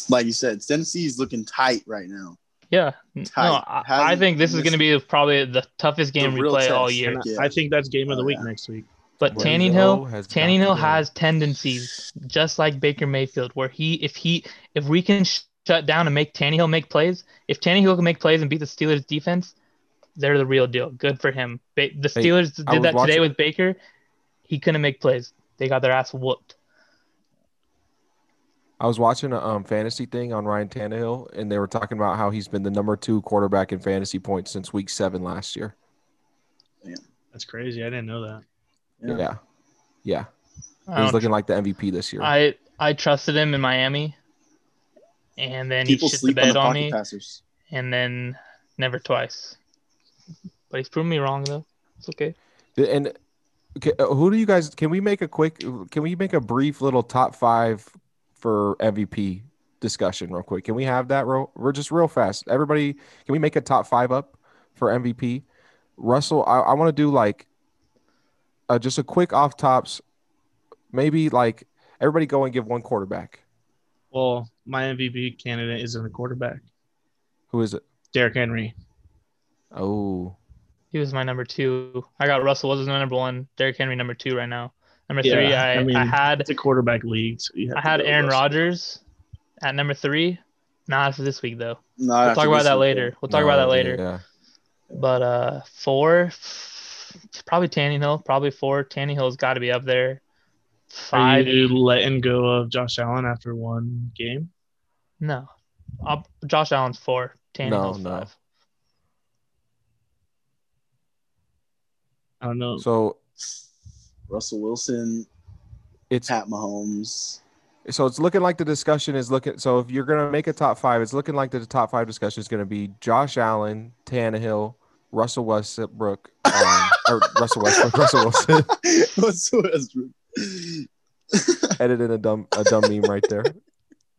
Like you said, Tennessee's looking tight right now.
Yeah. No,
Tight.
I, I
Hasn't
think this is
missed-
going to be probably the toughest game we
real
play all
test.
year.
And
Yeah.
I think that's game of the
Oh,
week
yeah.
next week.
But
Where
Tannehill,
Burrow has got
Tannehill
to go.
has tendencies just like Baker Mayfield, where he, if he, if we can sh- shut down and make Tannehill make plays, if Tannehill can make plays and beat the Steelers defense, they're the real deal. Good for him. Ba- the Steelers
Hey, I
did
was
that today
watching-
with Baker. He couldn't make plays. They got their ass whooped.
I was watching a um, fantasy thing on Ryan Tannehill, and they were talking about how he's been the number two quarterback in fantasy points since week seven last year.
That's crazy. I didn't know that.
Yeah,
Yeah.
yeah,
I,
he's
don't-
looking like the MVP this year.
I I trusted him in Miami, and then
People
he shit the
sleep on
bed
the
on,
pocket
me,
passers.
and then never twice. But he's proven me wrong though. It's okay.
And okay, uh, who do you guys? Can we make a quick? Can we make a brief little top five for MVP discussion real quick? Can we have that? Real, we're just real fast. Everybody, can we make a top five up for MVP? Russell, I, I want to do like uh, just a quick off tops. Maybe like everybody go and give one quarterback.
Well, my MVP candidate isn't a quarterback.
Who is it?
Derrick Henry.
Oh,
He was my number two. I got Russell was my number one. Derrick Henry number two right now. Number
Yeah,
three, I,
I
I,
mean,
had
It's a quarterback league. So you have
I
to
had
go
Aaron
Russell.
Rodgers at number three. Not for this week though.
No,
We'll talk about that later. We'll talk about
no,
that later.
Yeah.
But uh, four, f- probably Tannehill. Probably four. Tannehill's got to be up there.
Are
Five,
you letting go of Josh Allen after one game?
no. Up Josh Allen's four. Tannehill's
no.
five.
I don't know.
So
Russell Wilson,
it's
Pat Mahomes.
so it's looking like the discussion is looking. So if you're gonna make a top five, it's looking like the top five discussion is gonna be Josh Allen, Tannehill, Russell Westbrook, um, or Russell Westbrook, Russell Wilson.
What's Westbrook?
Edit in a dumb a dumb meme right there.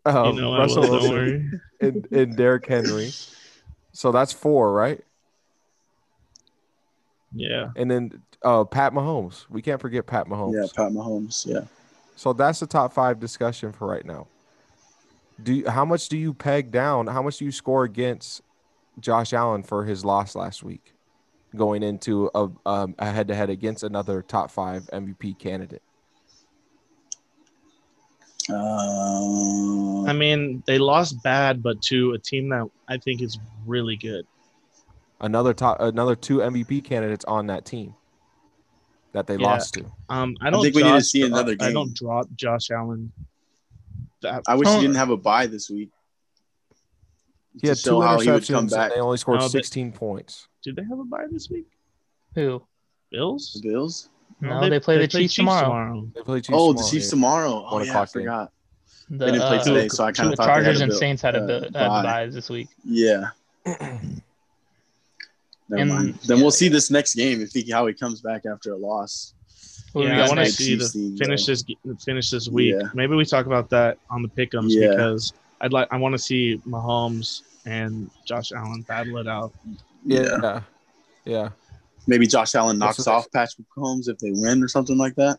Um,
you know, I
Russell
will, don't
Wilson
worry.
and, and Derrick Henry. So that's four, right?
Yeah.
And then uh, Pat Mahomes. We can't forget Pat Mahomes.
Yeah, Pat Mahomes. Yeah.
So that's the top five discussion for right now. Do you, how much do you peg down? How much do you score against Josh Allen for his loss last week, going into a um, a head to head against another top five MVP candidate?
Um,
I mean, they lost bad, but to a team that I think is really good.
Another top, another two MVP candidates on that team that they
Yeah.
lost to.
Um, I don't
think we need to see
uh,
another
I
game.
don't drop Josh Allen. That,
I wish
Oh.
he didn't have a bye this week.
He had
to
two
show how he would come
interceptions
back.
and they only scored
No, but-
sixteen points.
did they have a bye this week?
Who?
Bills?
The Bills.
No, they, play the Chiefs tomorrow.
They play Chiefs
Oh, the
tomorrow,
Chiefs
yeah.
tomorrow. Oh
One
yeah, I
o'clock game.
forgot.
The,
they didn't play
uh,
today, so I kind
the
of thought they
Chargers
had a
and
Bill-
Saints had a
uh,
bit had
bye.
the buys this week.
Yeah. Never
And-
mind. Then we'll see this next game if he how he comes back after a loss.
Who do
Yeah,
we
I
got
wanna
next?
see the Finish this ge- finish this week.
Yeah.
Maybe we talk about that on the pickums
Yeah.
because I'd like I want to see Mahomes and Josh Allen battle it out.
Yeah.
yeah, yeah.
Maybe Josh Allen
That's
knocks
what I-
off Patrick Mahomes if they win or something like that.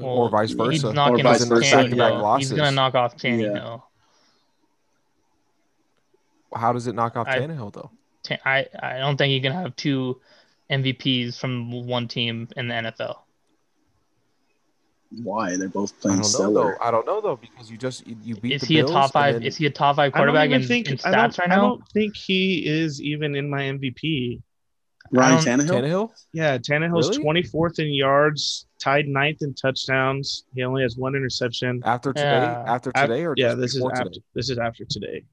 Or vice
He's
versa.
Or
knocking off
vice versa, back-to-back
Tannehill. He's
losses.
gonna knock off Tannehill.
How does it knock off
I-
Tannehill though?
Tan- I I don't think you can have two MVPs from one team in the NFL.
Why? They're both
I
playing
don't know though.
stellar.
I don't know though because you just you, you beat
Is
the
he a
Bills
top
and
five?
then-
Is he a top five
I don't
quarterback
even
in,
think
in
I don't,
stats right
I
now?
don't think he is even in my MVP.
Ryan
I
Tannehill?
Tannehill?
Yeah, Tannehill's
Really?
twenty fourth in yards, tied ninth in touchdowns. He only has one interception.
After today?
Yeah.
After
Af-
today or
yeah,
just
this is
before
after
today?
this is after today,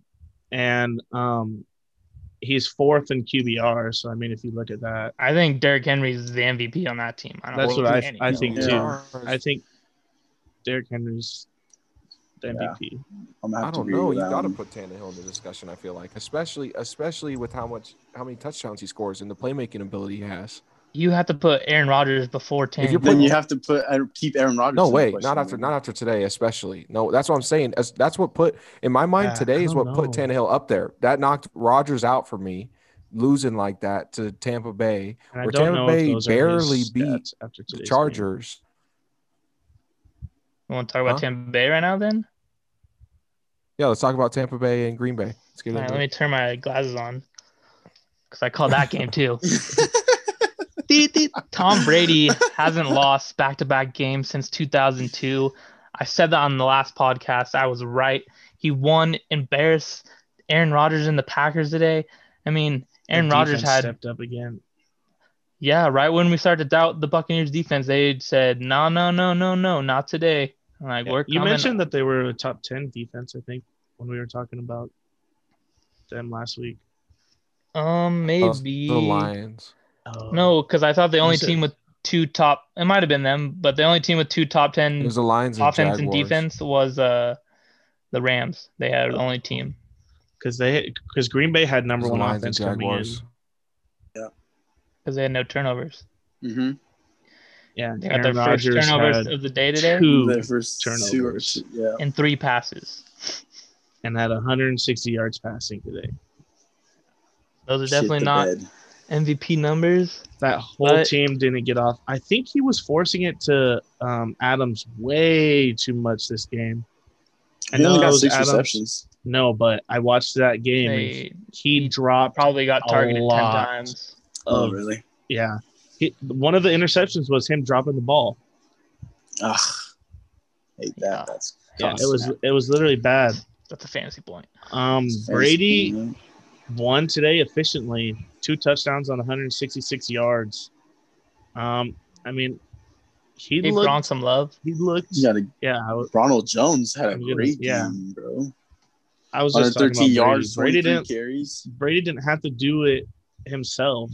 and um, he's fourth in QBR. So I mean, if you look at that,
I think Derrick Henry's the MVP on that team. I don't
That's
think
what I-
any-
I think
too.
I think Derrick Henry's the MVP.
I'm gonna
I
have to
don't
agree
know.
um,
with
You
that
got to
one.
put Tannehill in the discussion. I feel like, especially especially with how much how many touchdowns he scores and the playmaking ability he has.
You have to put Aaron Rodgers before
you're
Tannehill.
Then you have to put uh, keep Aaron Rodgers.
No
in the
way,
question,
not after
man.
not after today, especially. No, that's what I'm saying. As- That's what put in my mind
Yeah, I
today is
don't
what put
know.
Tannehill up there. That knocked Rodgers out for me, losing like that to Tampa Bay,
And I
Where
don't
Tampa
know if
Bay
those are his
barely beat
stats after
the
today's game.
Chargers.
You want to talk about
Huh?
Tampa Bay right now? Then
Yeah, let's talk about Tampa Bay and Green Bay. Let's get
All right,
into
let
it.
me turn my glasses on because I called that game too. Tom Brady hasn't lost back to back games since 2002. I said that on the last podcast. I was right. He won, embarrassed Aaron Rodgers and the Packers today. I mean,
Their
Aaron Rodgers
defense
had,
stepped up again.
yeah, right when we started to doubt the Buccaneers defense, they said, no, no, no, no, no, not today. I'm like, we're
you
coming.
mentioned that they were a top ten defense, I think, when we were talking about them last week.
um,
Oh,
maybe.
The Lions.
Oh.
No, because I thought the only
said-
team with two top it might have been them, but the only team with two top
It
ten
was the Lions and
offense and
Jaguars.
defense was uh the Rams. They had the only team.
because they because Green Bay had number
The
one
Lions and
offense coming in.
Jaguars.
because they had no turnovers.
Mm-hmm.
Yeah,
They got
Aaron
their first
Rodgers
turnovers
had
of the day today
two
first
turnovers.
two- yeah.
and three passes.
and had 160 yards passing today.
Those are
Shit
definitely
the
not
bed.
MVP numbers.
That whole
But-
team didn't get off. I think he was forcing it to um, Adams way too much this game. I
He
know
only
it
got
was
six
Adams.
receptions.
No, but I watched that game and
They
he dropped.
probably got
A
targeted ten
lot.
times.
Oh,
Um,
really?
Yeah, he, one of the interceptions was him dropping the ball.
Ugh. Hate that.
Yeah.
That's
Yeah, it
constant.
was it was literally bad.
That's a fantasy point.
Um,
That's
Brady
crazy, man.
won today efficiently, two touchdowns on 166 yards. Um, I mean, he
He
looked.
Gronk some love.
He looked.
You got a,
Yeah, I was,
Ronald Jones had a
I'm gonna-
great
Oh, yeah.
game, bro.
I was just talking about
113
Brady.
yards,
Brady
23
didn't.
carries.
Brady didn't have to do it himself,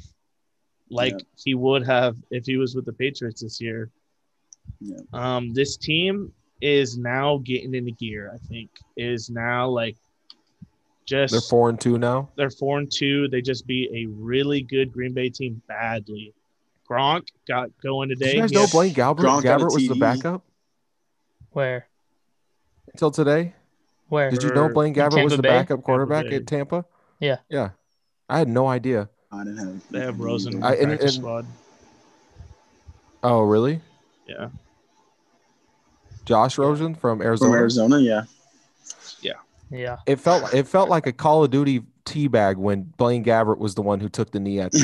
like
Yeah.
he would have if he was with the Patriots this year.
Yeah.
Um, this team is now getting into gear. I think is now like just
They're four and two now.
they're four and two. They just beat a really good Green Bay team badly. Gronk got going
Did
today.
you guys
He
know
had-
Blaine Gabbert,
Gronk got a
Gabbert was the
TD.
backup
Where?
until today?
Where?
Did you know
For
Blaine Gabbert was
Tampa
the
Bay?
backup quarterback
Bay.
at Tampa?
Yeah.
Yeah. I had no idea.
I didn't have.
they have Rosen in the
I- and-
practice
and-
squad.
Oh, really?
Yeah.
Josh Rosen from Arizona.
from Arizona. Yeah,
Yeah.
It felt it felt like a Call of Duty teabag when Blaine Gabbert was the one who took the knee at the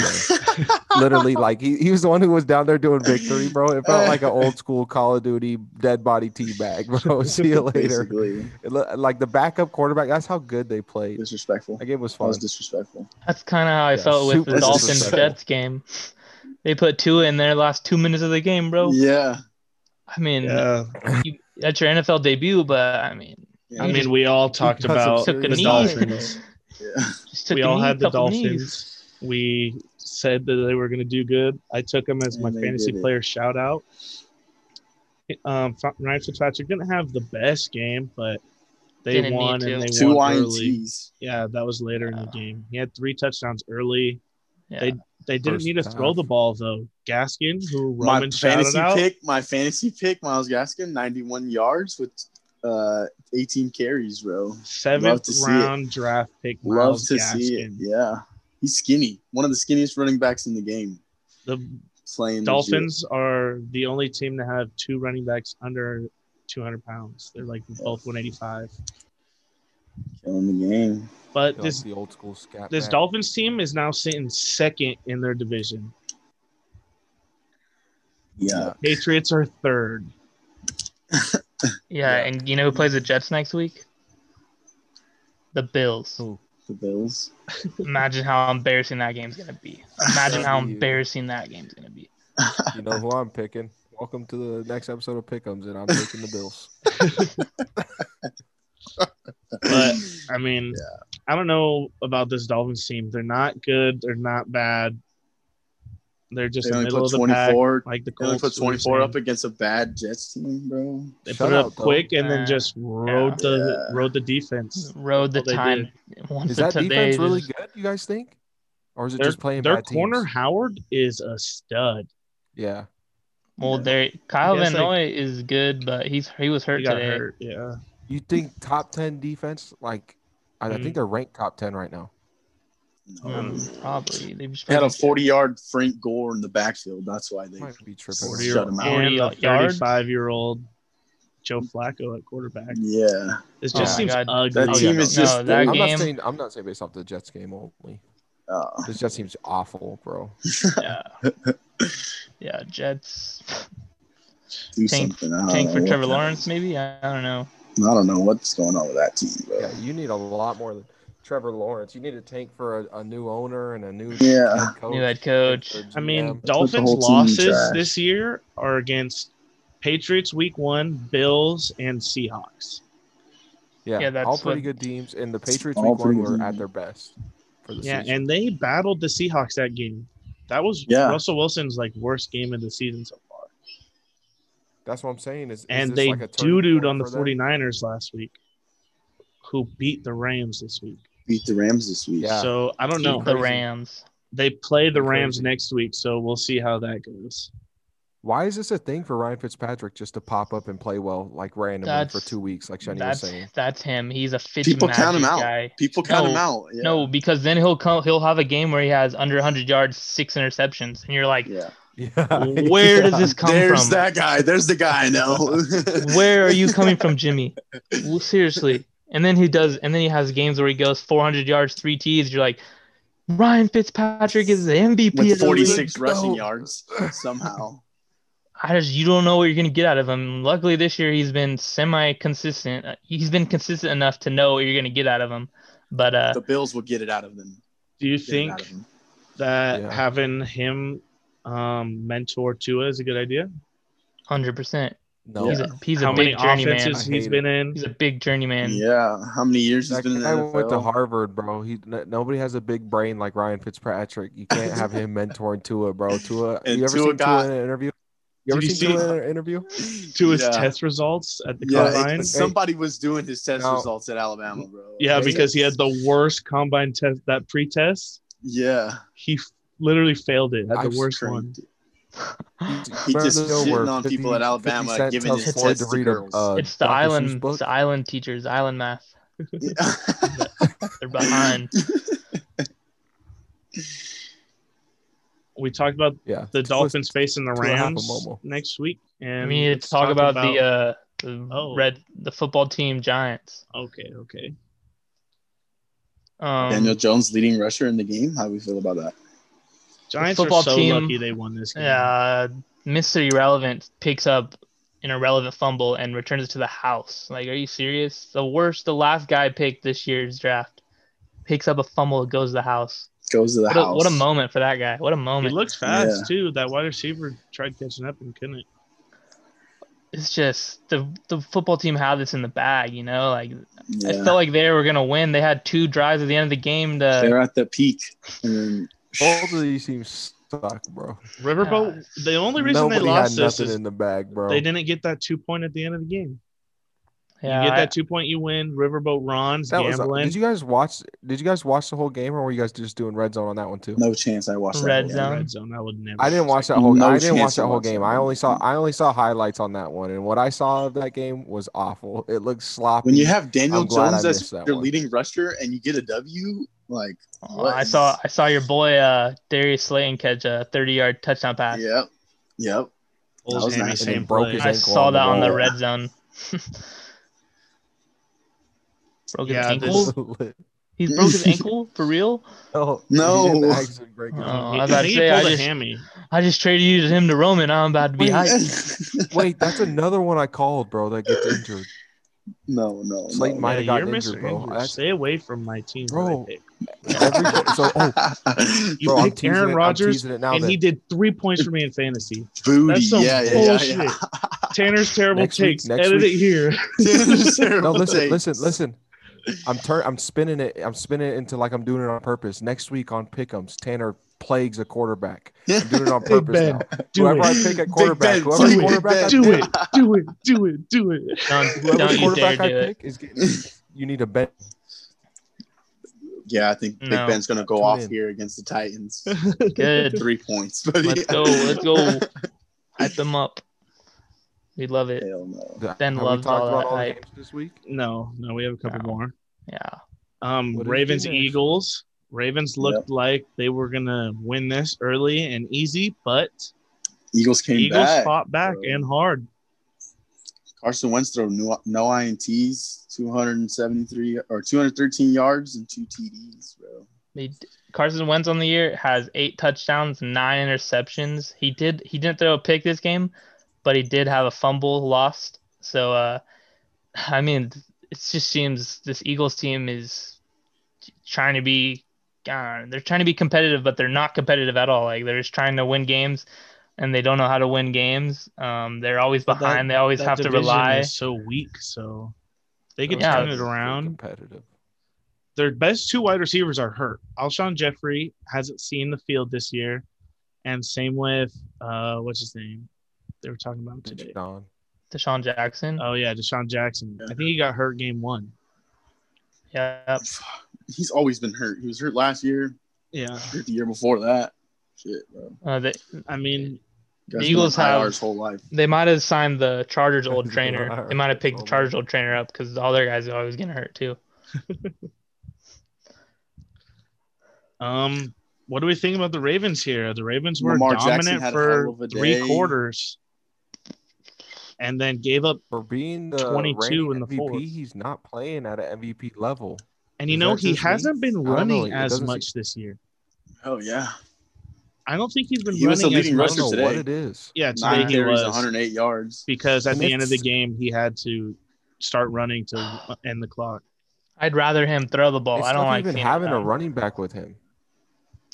end. Literally, like he, he was the one who was down there doing victory, bro. It felt like an old school Call of Duty dead body teabag, bro. See you later.
basically
It lo- like the backup quarterback, that's how good they played.
disrespectful.
That game was
That
fun.
was disrespectful.
That's kind of how I
Yeah,
felt with
super
the Dolphins
disrespectful.
Jets game. They put two in their last two minutes of the game, bro.
Yeah.
I mean,
Yeah.
you, that's your NFL debut, but I mean,
yeah.
I mean, we all talked
Because of
about
took a
the
knee.
Dolphins.
yeah.
Just took
we
a
all
knee,
had the
couple
Dolphins.
knees.
We said that they were going to do good. I took them as
And
my
they
fantasy
did it.
player shout out. Um, Fa- Ryan Fitzpatrick didn't have the best game, but they
Didn't need
won
to.
and they
Two
won early.
ints.
Yeah, that was later in the
Yeah.
game. He had three touchdowns early.
Yeah.
They didn't
First
need to throw
half.
the ball though. Gaskin, who
My
Roman shouted
fantasy
out,
pick. My fantasy pick. Miles Gaskin, ninety-one yards with uh, eighteen carries, bro.
seventh
to see it.
round draft pick.
Love
Miles
to see it.
Gaskin.
Yeah. He's skinny. One of the skinniest running backs in the game.
The
Playing
Dolphins are the only team to have two running backs under 200 pounds. They're like both 185.
legit, killing the game.
But
Feel like
this
the old school scat.
this
back.
Dolphins team is now sitting second in their division.
Yeah.
Patriots are third.
yeah,
yeah.
and you know who plays the Jets next week? The Bills.
Who?
The Bills.
Imagine how embarrassing that game's gonna be. Imagine how
W.
embarrassing that game's gonna be.
You know who I'm picking. Welcome to the next episode of Pickums, and I'm picking the Bills.
But I mean, I don't know about this Dolphins team. They're not good. They're not bad. They're just
They
in the
only
middle
put
of the pack.
24.
Like the
They only
Colts
put
we were
24
saying.
up against a bad Jets team, bro.
They
Shut
put it up
up, though.
quick and then
Uh,
just rode
yeah.
the
Yeah.
rode the defense.
Rode the
Well, Oh, they
time. Once
Is that
today,
defense really
just-
good? You guys think, or is it
Their,
just playing
their
bad teams?
corner Howard is a stud.
Yeah,
Well, there Kyle
guess,
Van
like-
Noy is good, but he's he was hurt
He got
today.
hurt. Yeah.
you think top ten defense? Like, I, I
Mhm.
think they're ranked top ten right now.
Um,
Oh.
probably they just
They had a
fucking-
40 yard Frank Gore in the backfield. That's why they.
Might be tripping.
Shut
Forty
Shut him out.
and a
40 yards?
thirty-five year old Joe Flacco at quarterback.
Yeah.
This
Oh
just
my
seems
God.
ugly.
That
Oh, yeah,
team
no.
is
No,
just.
that
they-
I'm
game-
not saying I'm not saying based off the Jets game only.
uh,
This Jets team's awful, bro.
Yeah. yeah, Jets.
do
Tank-
something. I don't
Tank
know
for
what
Trevor
that-
Lawrence, maybe? I, I don't know.
I don't know what's going on with that team, bro.
Yeah, you need a lot more than Trevor Lawrence. You need a tank for a, a new owner and a new
Yeah.
head coach.
New head coach.
Or
I mean,
GM.
Dolphins
whole team in
losses
trash.
this year are against Patriots week one, Bills, and Seahawks.
yeah,
yeah, that's
all pretty
what-
good teams, and the Patriots
all
week one
pretty
were
good
at
teams.
their best for the
Yeah,
season.
and they battled the Seahawks that game. That was
Yeah.
Russell Wilson's like worst game of the season so far.
That's what I'm saying. Is, is
And
this
they
like a turning
doo dooed
point
on the
for them?
49ers last week, who beat the Rams this week.
beat the Rams this week.
Yeah.
So I don't
Beat
know.
the Rams.
They play the Rams
Crazy.
next week, so we'll see how that goes.
Why is this a thing for Ryan Fitzpatrick just to pop up and play well like randomly for
That's-
two weeks, like Shani was
That's
saying?
that's him. He's a Fitz
People count him
magic
out.
guy.
People count
No.
him out. Yeah.
No, because then he'll come. He'll have a game where he has under 100 yards, six interceptions, and you're like,
Yeah.
Yeah.
where does this come
There's
from?
that guy. There's the guy. No.
Where are you coming from, Jimmy? Well, Seriously. And then he does, and then he has games where he goes 400 yards, three T's. You're like, Ryan Fitzpatrick is the MVP.
With
of the league.
46 rushing
No.
yards somehow.
I just you don't know what you're gonna get out of him. Luckily this year he's been semi consistent. He's been consistent enough to know what you're gonna get out of him. But uh,
The Bills will get it out of them.
Do you
Get it out
think
of them.
that
Yeah.
having him um, mentor Tua is a good idea?
hundred percent.
No.
He's a he's
how
a
many
big journeyman.
offenses
I
he's
hate
been in?
He's a big journeyman.
Yeah. How many years he's
That
been in the
guy went to
NFL?
Harvard, bro. He n- nobody has a big brain like Ryan Fitzpatrick. You can't have him mentoring Tua, bro. Tua,
And
you ever
Tua
seen
got-
Tua in an interview? You
Did
ever
you
seen
see-
Tua in an interview?
Tua's
yeah.
test results at the
Yeah,
combine?
it- somebody was doing his test
No.
results at Alabama, bro.
yeah,
Hey.
because he had the worst combine test, that pretest.
yeah,
He f- literally failed it, had
I've
the worst
cranked
one.
it. He
Bro,
just
there's no
shitting
word.
on people at
50
Alabama,
50 Cent
giving
tells
his
Floyd
test
to
to
read a,
girls.
uh,
It's the
Dr. Seuss
island
book.
it's the island teachers, island math.
Yeah.
They're behind.
We talked about
Yeah,
the
Tua's-
Dolphins facing the
Tua half a
Rams
Momo.
next week. And
we need
let's
to talk about, the uh the
Oh.
red the football team giants.
okay, okay.
Um
Daniel Jones leading rusher in the game. How we feel about that?
Giants
football
are so
team-
lucky they won this game.
uh, Mr. Irrelevant picks up an irrelevant fumble and returns it to the house. Like, are you serious? The worst, the last guy picked this year's draft picks up a fumble, goes to the house.
Goes to the
What a,
house.
what a moment for that guy. What a
He
moment.
looked fast too. That wide receiver tried catching up and couldn't.
it's just the, the football team had this in the bag, you know? Like,
Yeah.
I felt like they were going to win. They had two drives at the end of the game to.
They're at the peak. And
Both of these teams suck, bro.
Riverboat. the only reason
Nobody
they lost
had
this
nothing
is
in the bag, bro.
they didn't get that two point at the end of the game.
Yeah,
you get
I-
that two point, you win. Riverboat Ron's
That was. uh,
gambling.
Did you guys watch? Did you guys watch the whole game, or were you guys just doing red zone on that one too?
no chance I watched that.
Red
game.
Yeah,
zone.
red zone. I would never.
I didn't watch that
like
whole.
no
I didn't
chance
watch
to
that whole
watch that
game. I
one.
only saw. I only saw highlights on that one, and what I saw of that game was awful. It looked sloppy.
When you have Daniel
I'm glad
Jones
I
as
missed that
your
one.
leading rusher and you get a W, like
oh, I saw I saw your boy uh, Darius Slayton catch a 30 yard touchdown pass.
Yep. Yep.
Bulls
That was
hand the
nice.
And he
same
broke
play.
his
I
ankle
saw
on the
that on the
ball.
red zone. broke his
Yeah,
ankle.
this-
He's broke his ankle for real.
no,
No.
he didn't actually break
Oh,
his
I
He-
was
I
about to
think
say,
he
I
pulled a
just-
hammy.
I just traded you to him to Roman. I'm about to be hyped.
Wait, that's another one I called, bro. That gets injured.
no, no.
Slayton
no.
might have
Yeah, you're
gotten injured,
Mr.
bro.
Injury.
That's-
Stay away from my team. that I
Bro,
picked.
Every, so, oh,
You
bro, I'm
picked
teasing
Aaron
it- I'm
Rodgers,
teasing it now
and
that-
he did three points for me in fantasy.
Booty.
That's some
yeah, yeah,
bullshit.
yeah,
Tanner's terrible
Next week-
takes.
next
Edit
week.
it here.
yeah.
no, listen, listen, listen. I'm turn. I'm spinning it. I'm spinning it into like I'm doing it on purpose. Next week on Pickums, Tanner plagues a quarterback. I'm doing it on
Hey,
purpose
Ben,
now.
Do
whoever I
it.
pick at
Big
quarterback,
Ben,
whoever
do it,
quarterback, I
Do
pick,
it. Do it. Do it. Do it.
Don't,
whoever
don't you dare
quarterback
do
I
it.
pick is getting. You need a bet.
Yeah, I think Big
No.
Ben's gonna go
Tune
off
in.
here against the Titans.
Good.
Three points. But
Let's go. Let's go. Hype them up. We love it.
Hell no.
Ben
Have we
loves
talked
all
about
that
all the
hype.
games this week?
No, no, we have a couple
No.
more.
Yeah.
Um,
What did you
Ravens
think?
Eagles. Ravens looked like they were gonna win this early and easy, but
Eagles came
Eagles
back.
fought back
bro.
and hard.
Carson Wentz threw no, no ints, 273 or 213 yards and two TDs, bro.
They, Carson Wentz on the year has eight touchdowns, nine interceptions. He did he didn't throw a pick this game, but he did have a fumble lost. So uh I mean it just seems this Eagles team is trying to be uh, they're trying to be competitive, but they're not competitive at all. Like they're just trying to win games and they don't know how to win games. Um they're always
But that-
behind. they always
That
have to
division
rely.
is so weak, so they could
Yeah.
turn it around.
Competitive.
Their best two wide receivers are hurt. Alshon Jeffrey hasn't seen the field this year, and same with uh, what's his name? They were talking about him today.
Don.
Deshaun Jackson.
Uh, Oh yeah, Deshaun Jackson. I
Mm-hmm. Yeah.
think he got hurt game one.
Yep.
He's always been hurt. He was hurt last year,
Yeah,
hurt the year before that. Shit, bro.
Uh, they
I mean,
Guy's been
Eagles
on IR
have-
his whole life.
they might have signed the Chargers old trainer.
Liar.
They might have picked the
Oh,
Chargers old trainer up because all their guys are always getting hurt too.
um, what do we think about the Ravens here? The Ravens were
Lamar Jackson
dominant
had a
for
hell of a
three
day.
quarters, and then gave up.
For being the
22
22
in the
MVP,
fourth.
he's not playing at an MVP level.
And you
Is
know
that
he
just me?
hasn't
I
been
don't know,
running
it
as
doesn't
much this year.
Oh yeah,
I don't think he's been
He was
running
the
as
I
leading
much.
don't
rusher
know
today.
what it is.
Yeah, today
nine
he
carries,
was
108 yards.
because at
And
the end of the
it's-
game he had to start running to end the clock.
I'd rather him throw the ball.
it's
I don't
not
like
even
seeing it
having a
down.
running back with him.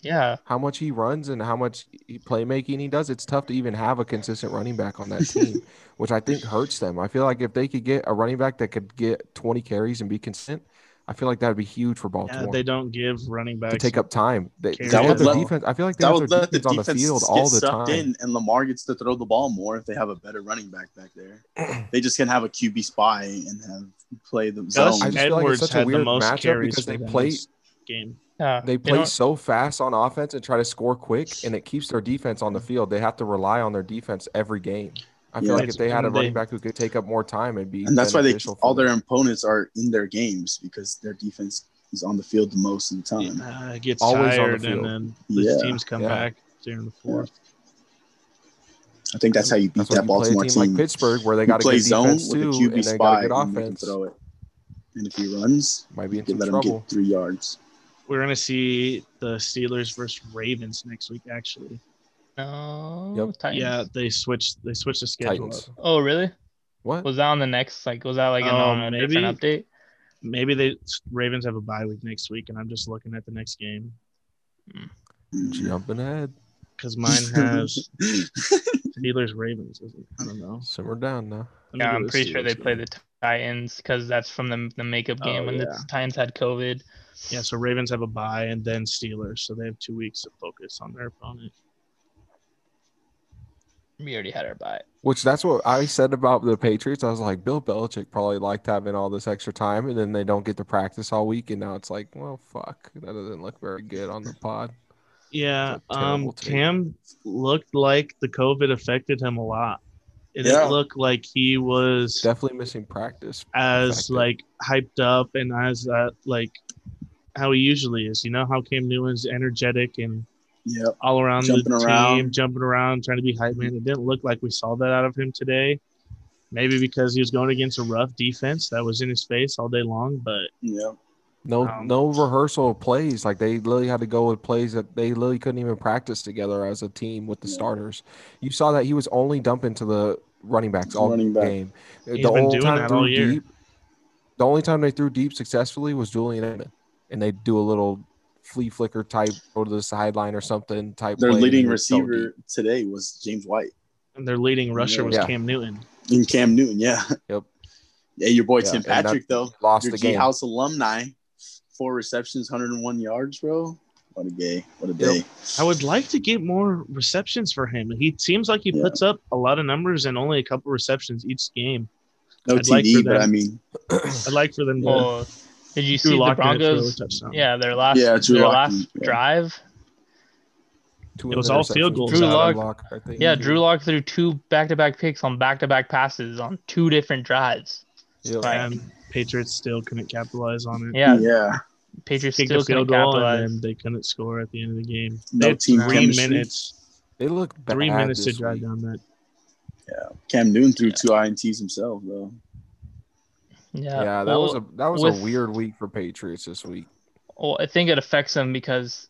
Yeah,
How much he runs and how much he- playmaking he does, it's tough to even have a consistent running back on that team, which I think hurts them. I feel like if they could get a running back that could get 20 carries and be consistent, I feel like that would be huge for
Yeah,
Baltimore.
they don't give running backs.
to take up time. They,
Carries.
that
That would
their
let-
defense. I feel like they
That
have
would
their
let the
defense on the
defense
field
get
all the
sucked
time.
in, and Lamar gets to throw the ball more if they have a better running back back there. they just can have a QB spy and have play them
Gus
zone.
I just feel like
Edwards
it's such a
had the
weird
most
matchup
carries
because
for
they
them
play-
this game.
yeah.
They
You
play
know-
so fast on offense and try to score quick, and it keeps their defense on the field. They have to rely on their defense every game. I feel
Yeah.
like if they had a
And
running
they-
back who could take up more time, it'd be
and that's why they
beneficial for
all
them.
their opponents are in their games because their defense is on the field the most of the time.
Uh, it gets
Always on the
tired and
field.
then these
Yeah.
teams come
Yeah.
back during the fourth.
I think that's how you beat
That's why
that
you play
Baltimore
a team like
team.
Pittsburgh where they
You
got a
play
good
zone
defense
with a
too,
QB
and they got
spy
a good
and they can
offense.
throw it. And if he runs,
Might be
you
in
can
some
let him
trouble.
get three yards.
We're gonna see the Steelers versus Ravens next week. Actually,
No.
Yep.
Titans.
yeah, they switched. They switched the schedule.
Titans.
up.
Oh, really?
What?
Was that on the next? Like, was that like an,
Um,
on a different update?
Maybe they Ravens have a bye week next week, and I'm just looking at the next game
Mhm.
Jumping ahead.
because mine has Steelers Ravens. isn't it? I don't know.
Simmer down now.
Let me
Yeah,
go
I'm
to
pretty sure they
Steelers,
play
though.
the Titans because that's from the the makeup
Oh,
game when
yeah.
the Titans had COVID.
Yeah, so Ravens have a bye and then Steelers, so they have two weeks to focus on their opponent.
We already had our bye.
Which that's what I said about the Patriots. I was like, Bill Belichick probably liked having all this extra time, and then they don't get to practice all week, and now it's like, well, fuck, that doesn't look very good on the pod.
Yeah,
It's a
um,
terrible take.
Cam looked like the COVID affected him a lot. It
Yeah.
didn't look like he was
Definitely missing practice.
as
affected.
like hyped up and as that like how he usually is. You know how Cam Newton's energetic and
Yep.
all around
Jumping
the team,
around.
jumping around, trying to be hype man. It didn't look like we saw that out of him today. Maybe because he was going against a rough defense that was in his face all day long, but
Yep.
No,
Um,
no rehearsal of plays. Like they literally had to go with plays that they literally couldn't even practice together as a team with the
Yeah.
starters. You saw that he was only dumping to the running backs all
Running back.
game.
He's
the
been
only
doing
time
that
threw
all year.
deep. The only time they threw deep successfully was Julian Edelman, and they do a little flea flicker type, go to the sideline or something type.
Their
play, and
leading
they would throw
receiver
deep.
today was James White.
and their leading rusher was
Yeah.
Cam Newton.
And Cam Newton, yeah.
Yep.
Yeah, your boy
Yeah,
Tim
and that-
Patrick though.
lost
Your
the
G
game.
House alumni. Four receptions, 101 yards, bro. What a day. What a day.
Yep.
I would like to get more receptions for him. He seems like he
Yeah.
puts up a lot of numbers and only a couple receptions each game.
No
I'd like
TD,
for
but
them-
I mean,
I'd like for them to
Well, did you see the
Lock didn't throw a
Broncos?
touchdown.
Yeah, their last
Yeah, Drew
their
Lock
last
and- yeah.
drive.
Two
It was all field
interceptions,
goals
Drew
out of
Lock,
it.
Lock, I think.
Yeah, Drew Lock threw two back-to-back picks on back-to-back passes on two different drives.
Yep.
Right.
And Patriots still couldn't capitalize on it.
Yeah,
yeah.
Patriots
Kicked
still
a field
couldn't
goal
capitalize.
and then they couldn't score at the end of the game.
No
they had
team
three
chemistry.
minutes.
They look bad.
Three minutes to
this
drive
week.
down that.
Cam Newton threw two INTs himself, though.
Yeah,
Yeah, that
well,
was a that was
with-
a weird week for Patriots this week.
Well, I think it affects them because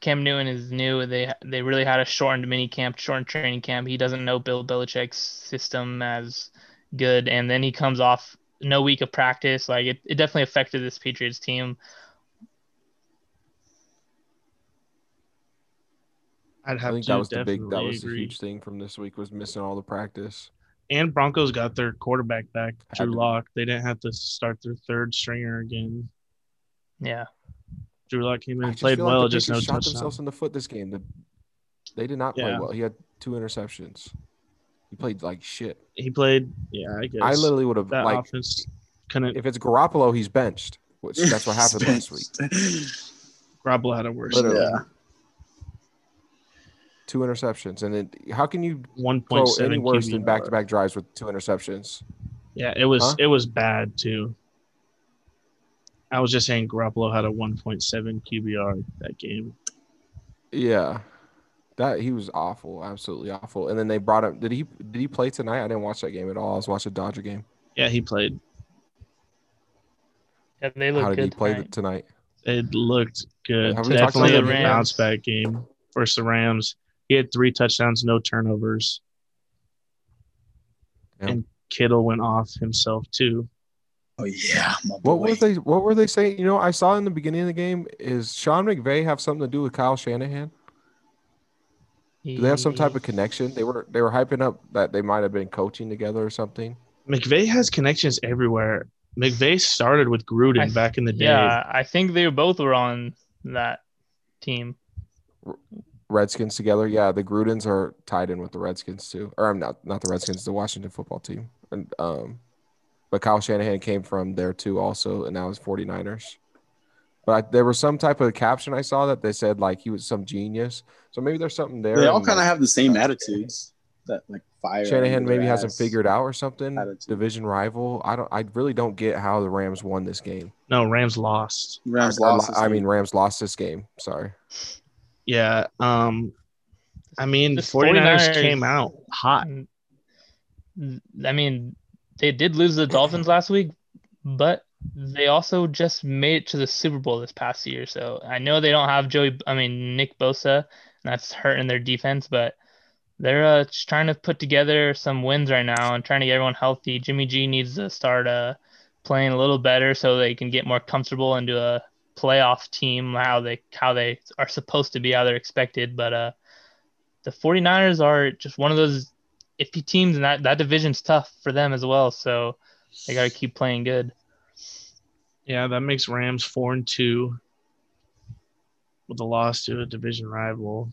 Cam Newton is new. They they really had a shortened mini camp, shortened training camp. He doesn't know Bill Belichick's system as good, and then he comes off no week of practice. Like it, it definitely affected this Patriots team.
I'd
I
have
think
to
that was the
definitely
big that was the
agree.
huge thing from this week was missing all the practice.
And Broncos got their quarterback back,
Had
Drew
to.
Lock. They didn't have to start their third stringer again.
Yeah,
Drew Lock came in
I
and
just
played
feel like the
well, just no
Patriots shot
touchdown.
themselves in the foot this game. The- they did not play
Yeah.
well. He had two interceptions. He played like shit.
He played, yeah, I guess.
I literally would have
that
like
offense couldn't.
if it's Garoppolo, he's benched. which that's what happened last week.
Spence.
Grab ladder worse.
Literally.
Yeah.
Two interceptions, and then how can you
One
throw
point
any
seven
worse than back-to-back drives with two interceptions?
Yeah, it was
Huh?
it was bad too. I was just saying Garoppolo had a 1.7 QBR that game.
Yeah, that he was awful, absolutely awful. And then they brought him. Did he did he play tonight? I didn't watch that game at all. I was watching Dodger game.
Yeah, he played.
Yeah, they look
How did
good.
he play
tonight.
tonight?
It looked good.
Have we
talked
Definitely a
about the Rams?
bounce back game versus the Rams. He had three touchdowns, no turnovers.
Yeah.
And Kittle went off himself too.
Oh yeah, my
What
boy.
were they? What were they saying? You know, I saw in the beginning of the game is Sean McVay have something to do with Kyle Shanahan? Do they have some type of connection? They were they were hyping up that they might have been coaching together or something.
McVay has connections everywhere. McVay started with Gruden
I-
back in the day.
Yeah, I think they both were on that team.
Redskins together. Yeah, the Grudens are tied in with the Redskins too. Or I'm not not the Redskins, the Washington football team. And um but Kyle Shanahan came from there too also and now it's 49ers. But I, there was some type of caption I saw that they said like he was some genius. So maybe there's something there.
They all
and,
kind of
like,
have the same attitudes. That like fire.
Shanahan
under their
maybe hasn't
ass.
figured out or something.
attitude.
Division rival. I don't I really don't get how the Rams won this game.
No, Rams lost.
Rams
Or- or
lost.
lo-
this
I
game.
mean Rams lost this game. Sorry.
Yeah. Um I mean, the
The
49ers,
49ers
came out hot.
And- I mean, they did lose to the Dolphins last week, but they also just made it to the Super Bowl this past year. So I know they don't have Joey, I mean, Nick Bosa, and that's hurting their defense, but they're uh, just trying to put together some wins right now and trying to get everyone healthy. Jimmy G needs to start uh, playing a little better so they can get more comfortable into a playoff team how they how they are supposed to be how they're expected but uh the 49ers are just one of those iffy teams and that, that division's tough for them as well so they got to keep playing good
Yeah, that makes Rams four and two with a loss to a division rival.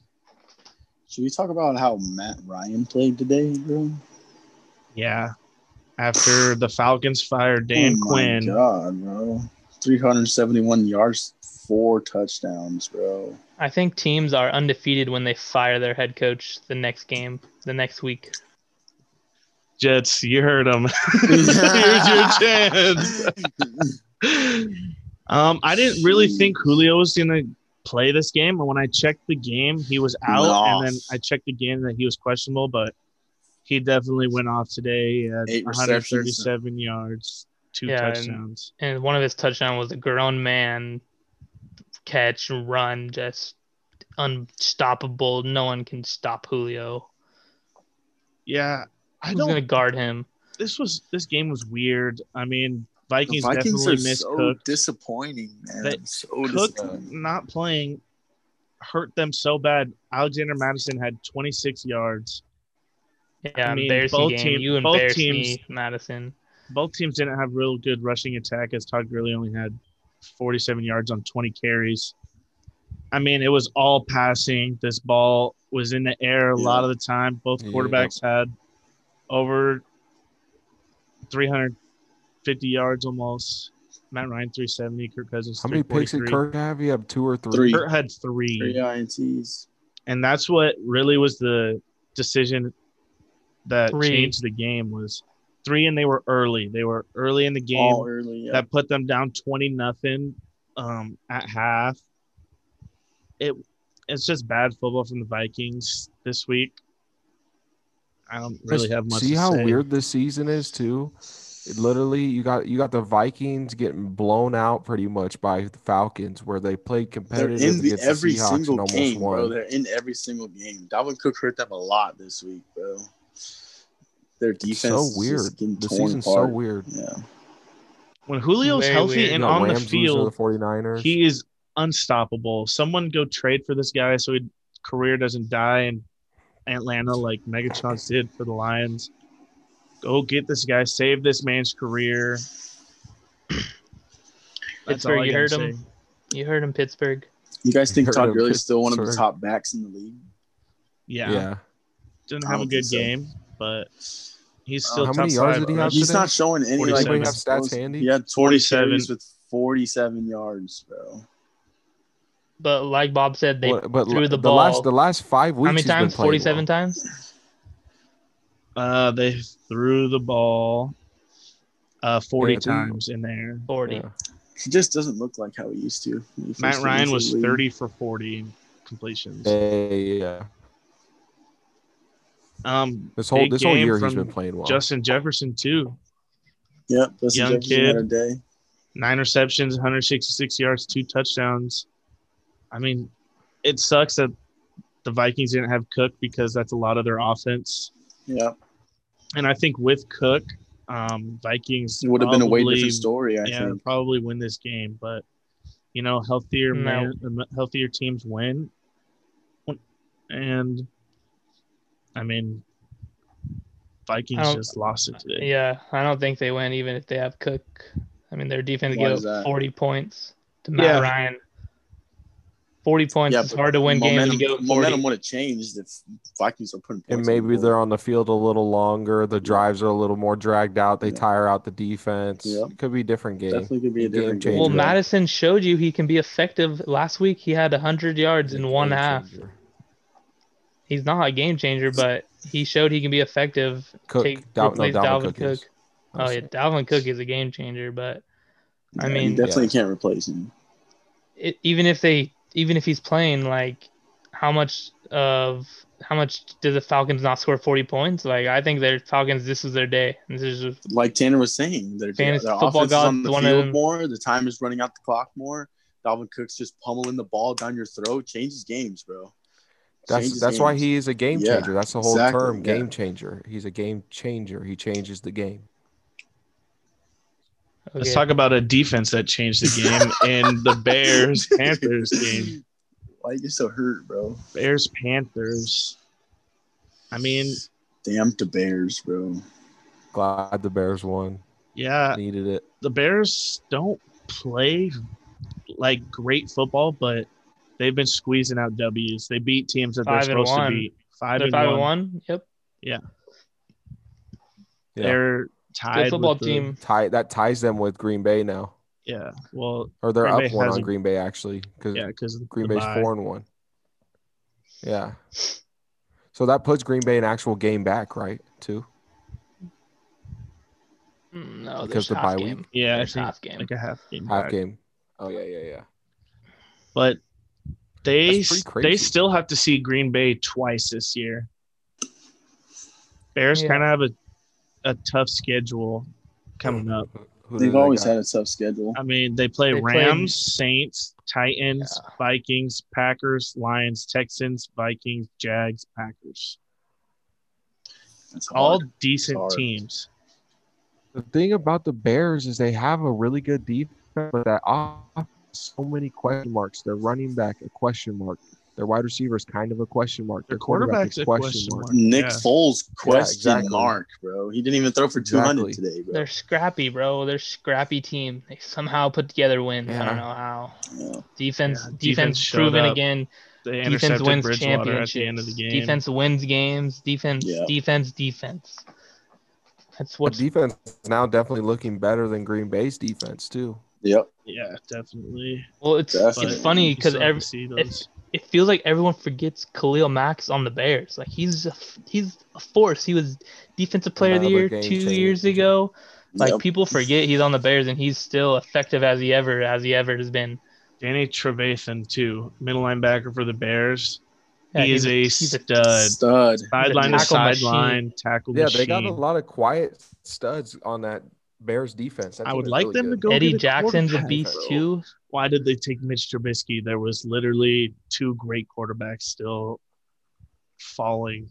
Should we talk about how Matt Ryan played today, bro?
Yeah. After the Falcons fired Dan
oh
Quinn.
My God, bro. 371 yards, four touchdowns, bro.
i think teams are undefeated when they fire their head coach the next game the next week
Jets, you heard him. Here's your chance. Um, I didn't really think
Jeez.
Julio was gonna play this game, but when I checked the game, he was out,
Off.
and then I checked again that he was questionable, but he definitely went off today. At
Eight receptions.
137 yards, two
Yeah, and-
touchdowns.
and one of his touchdowns was a grown man catch run just unstoppable no one can stop julio
yeah, I
who's
don't.
going to guard him
This was this game was weird. I mean, Vikings,
Vikings
definitely
are
missed
so
Cook.
disappointing, man.
That-
I'm so
Cook
disappointed.
not playing hurt them so bad. Alexander Madison had 26 yards.
yeah
I mean,
embarrassing
both
game
team-
you
both
embarrass
teams-
me madison
both teams didn't have real good rushing attack as Todd Gurley only had 47 yards on 20 carries. I mean, it was all passing. This ball was in the air a lot of the time. Both
Yeah.
quarterbacks had over 350 yards almost. Matt Ryan 370, Kirk Cousins
How many picks did
343.
Kirk have? He have two or three.
Three.
Kirk had three,
Three INTs.
and that's what really was the decision that
Three.
changed the game was three, and they were early. They were early in the game
All early. Yeah.
that put them down 20 nothing um, at half. It it's just bad football from the Vikings this week. I don't really
Just
have much.
See
to
how
say.
weird this season is too. It literally, you got you got the Vikings getting blown out pretty much by the Falcons, where they played
They're
competitive
in the,
against
every
the Seahawks and
single
almost
game,
won.
bro. They're in every single game. Dalvin Cook hurt them a lot this week, bro. Their
It's
defense
so
is just
weird.
getting
The
torn
season's so
apart.
weird.
Yeah.
when Julio's
Way
healthy
weird.
and
You got
on
Rams
the
losing to
field,
the 49ers.
he is unstoppable. Someone go trade for this guy so his career doesn't die in Atlanta like Megatron's did for the Lions. Go get this guy, save this man's career. That's all
Pittsburgh,
I
you
gotta
heard him?
say.
you heard him pittsburgh
You guys think
Heard
Todd
of
Gurley's still one of the
Pittsburgh.
top backs in the league?
Yeah. didn't
I
have a
don't
good
think so.
game, but he's
Uh,
still
how
top
many yards
five.
did he have
He's
today?
not showing any.
Does
Like,
anybody
have stats handy?
He had 20
47.
carries with 47 yards, bro.
But like Bob said, they
What- but
threw
la-
the ball.
last the last five weeks.
how many
he's been
times?
playing well.
Forty-seven times.
Uh, they threw the ball uh, 40
Yeah, they-
times in there.
Forty.
Yeah.
He just doesn't look like how he used to. when he
Matt
first
Ryan
came into
was
the league.
30 for 40 completions.
Yeah, yeah.
Um,
This whole
Big
this whole
game
year he's
from
been playing well.
Justin Jefferson, too.
Yep, Justin
Young
Jefferson had a day.
Nine receptions, 166 yards, two touchdowns. I mean, it sucks that the Vikings didn't have Cook because that's a lot of their offense.
Yeah,
And I think with Cook, um, Vikings
it would have been a way
probably
different story. I
yeah,
think.
probably win this game, but you know, healthier
No.
man, uh, healthier teams win. And I mean,
I
Vikings
don't-
just lost it today.
Oh. Yeah, I don't think they win even if they have Cook. I mean, their defense
Why is
gave
that?
up 40 points to Matt
Yeah.
Ryan. 40 points.
Yeah,
it's
but
hard to win
momentum,
games and get 40.
momentum would have changed if Vikings are putting.
and
points on the
maybe
board.
they're on the field a little longer. The
Yeah.
drives are a little more dragged out. They
Yeah.
tire out the defense.
Yeah.
It could be a different game.
definitely could be a
Game
different
changer.
game.
Well,
Yeah.
Madison showed you he can be effective. Last week, he had 100 yards in one
Game
half.
changer.
He's not a game changer, but he showed he can be effective.
Cook,
Take-
Dal- no,
replace
Dalvin,
Dalvin
Cook.
Cook.
is. I'm
Oh, yeah,
sorry.
Dalvin Cook is a game changer, but I
Yeah,
mean-
you definitely
Yeah.
can't replace him.
it, e, even if they, even if he's playing, like, how much of how much did the Falcons not score 40 points? Like, I think their Falcons, this is their day. This is just
Like Tanner was saying, their, their
Fantasy football
offense is
gods
on the
wanna-
field more. The time is running out the clock more. Dalvin Cook's just pummeling the ball down your throat. Changes games, bro.
That's
Changes
that's why
games.
he is a game
Yeah,
changer. That's the whole
exactly,
term,
yeah.
game changer. He's a game changer. He changes the game.
Let's
okay.
talk about a defense that changed the game and the Bears Panthers game.
Why you so hurt, bro?
Bears Panthers. I mean,
Damn to Bears, bro.
Glad the Bears won.
Uh,
yeah,
Needed it.
the Bears don't play like great football, but they've been squeezing out W's. They beat teams that they're
Five and
supposed to
one.
beat. 5
They're
and one.
five and one. Yep.
Yeah.
They're
Good
tied.
football
with the-
team.
Tie that ties them with Green Bay now,
Yeah. Well,
or they're
Green
up
Bay
one
has
on
a-
Green Bay actually because
yeah, because
Green Bay's four and one. Yeah. So that puts Green Bay an actual game back, right? Too.
Mm, No,
Because
because
the
the
bye
half
week.
game.
Yeah, I
There's
think
half game.
like a half game.
half
back.
game. Oh yeah, yeah, yeah.
But they
That's pretty crazy.
they still have to see Green Bay twice this year. Bears
Yeah.
kind of have a a tough schedule coming up.
Who do
They've
they
always
got?
had a tough schedule.
I mean, they play
They play-
Rams, Saints, Titans, Vikings, Packers, Lions, Texans, Vikings, Jags, Packers.
That's
All
hard.
decent
Hard.
teams.
The thing about the Bears is they have a really good defense, but that offense so many question marks. Their running back a question mark. Their wide receiver is kind of a question mark.
Their quarterback's a question mark.
Nick
Yeah.
Foles question
exactly.
mark, bro. He didn't even throw for 200
Exactly.
today, bro.
They're scrappy, bro. They're scrappy team. They somehow put together wins. I
Yeah.
don't know how.
Yeah.
Defense,
Yeah,
defense,
defense showed
proven
up.
again.
They
Defense
intercepted
wins
Bridgewater at
championships.
the end of the game.
Defense wins games. Defense,
Yeah.
defense, defense. That's
The
what.
defense is now definitely looking better than Green Bay's defense too.
Yep.
Yeah, definitely.
Well, it's
Definitely.
it's funny
You
because
still have to
every
see those.
it feels like everyone forgets Khalil Mack's on the Bears. Like he's a, f- he's a force. He was defensive player of the
Another
year
game
two
changer.
years ago. Like
Yep.
people forget he's on the Bears and he's still effective as he ever as he ever has been.
Danny Trevathan too, middle linebacker for the Bears.
Yeah,
he is
he's
a
he's
stud.
Stud.
Sideline to
tackle machine.
sideline tackle
Yeah,
machine.
they got a lot of quiet studs on that Bears defense. That
I
team
would
is
like
really
them to
good.
go.
Eddie
get a
Jackson's a
quarterback.
beast too.
Why did they take Mitch Trubisky? There was literally two great quarterbacks still falling.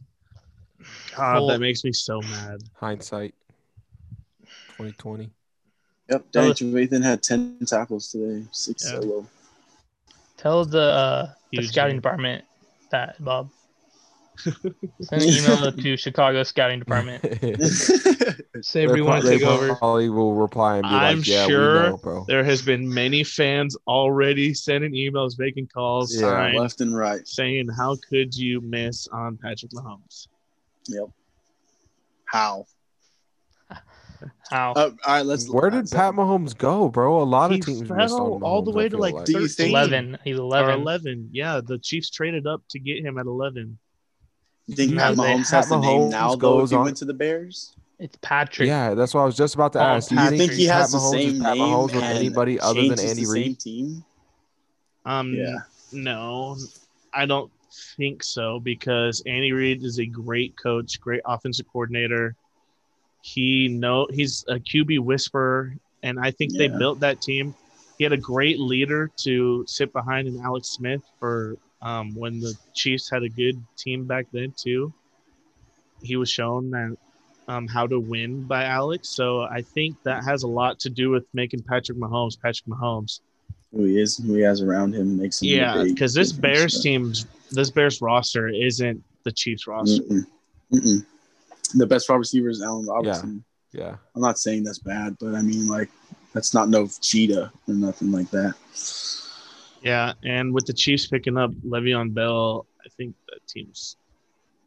God,
Full-
that makes me so mad.
Hindsight, twenty twenty.
Yep. Danny Trevathan had 10 tackles today, six
Yeah.
solo.
Tell the uh, the
Huge
scouting
man.
department that Bob. Send an email to Chicago scouting department. Say we want to
They
take over.
probably will reply and be
I'm
like, "Yeah,
sure
we know, bro."
There has been many fans already sending emails, making calls,
Yeah,
signs,
Left and right.
saying, "How could you miss on Patrick Mahomes?"
Yep. How?
How?
Uh, all right, let's.
Where did Pat Mahomes go, bro? A lot
He
of teams missed
fell
on
all the
Mahomes,
way
I
to,
feel
like,
Do you think?
11. He's
Or
11.
11. Yeah, the Chiefs traded up to get him at 11.
You think
No,
Pat
they-
Mahomes
Pat
has the name
Mahomes
now though? If
goes
he
on-
went to the Bears,
It's Patrick.
Yeah, that's what I was just about to
Oh,
ask. Do you
Patrick.
think
I think
he
he
Pat
has the
Mahomes
same
is Pat
name
Mahomes
and
with anybody other than
changes
Andy
the same
Reid?
team?
Um,
Yeah.
No, I don't think so because Andy Reid is a great coach, great offensive coordinator. He know he's a QB whisperer, and I think they
Yeah.
built that team. He had a great leader to sit behind in Alex Smith for um, when the Chiefs had a good team back then too. He was shown that um, how to win by Alex, so I think that has a lot to do with making Patrick Mahomes Patrick Mahomes.
Who he is? Who he has around him makes him. a
Yeah,
big
because this
difference,
Bears
but-
team's this Bears roster isn't the
Mm.
Chiefs roster.
Mm-mm. Mm-mm. The best wide receiver is Allen Robinson.
Yeah.
I'm not saying that's bad, but I mean, like, that's not no cheetah or nothing like that.
Yeah, and with the Chiefs picking up Le'Veon Bell, I think that team's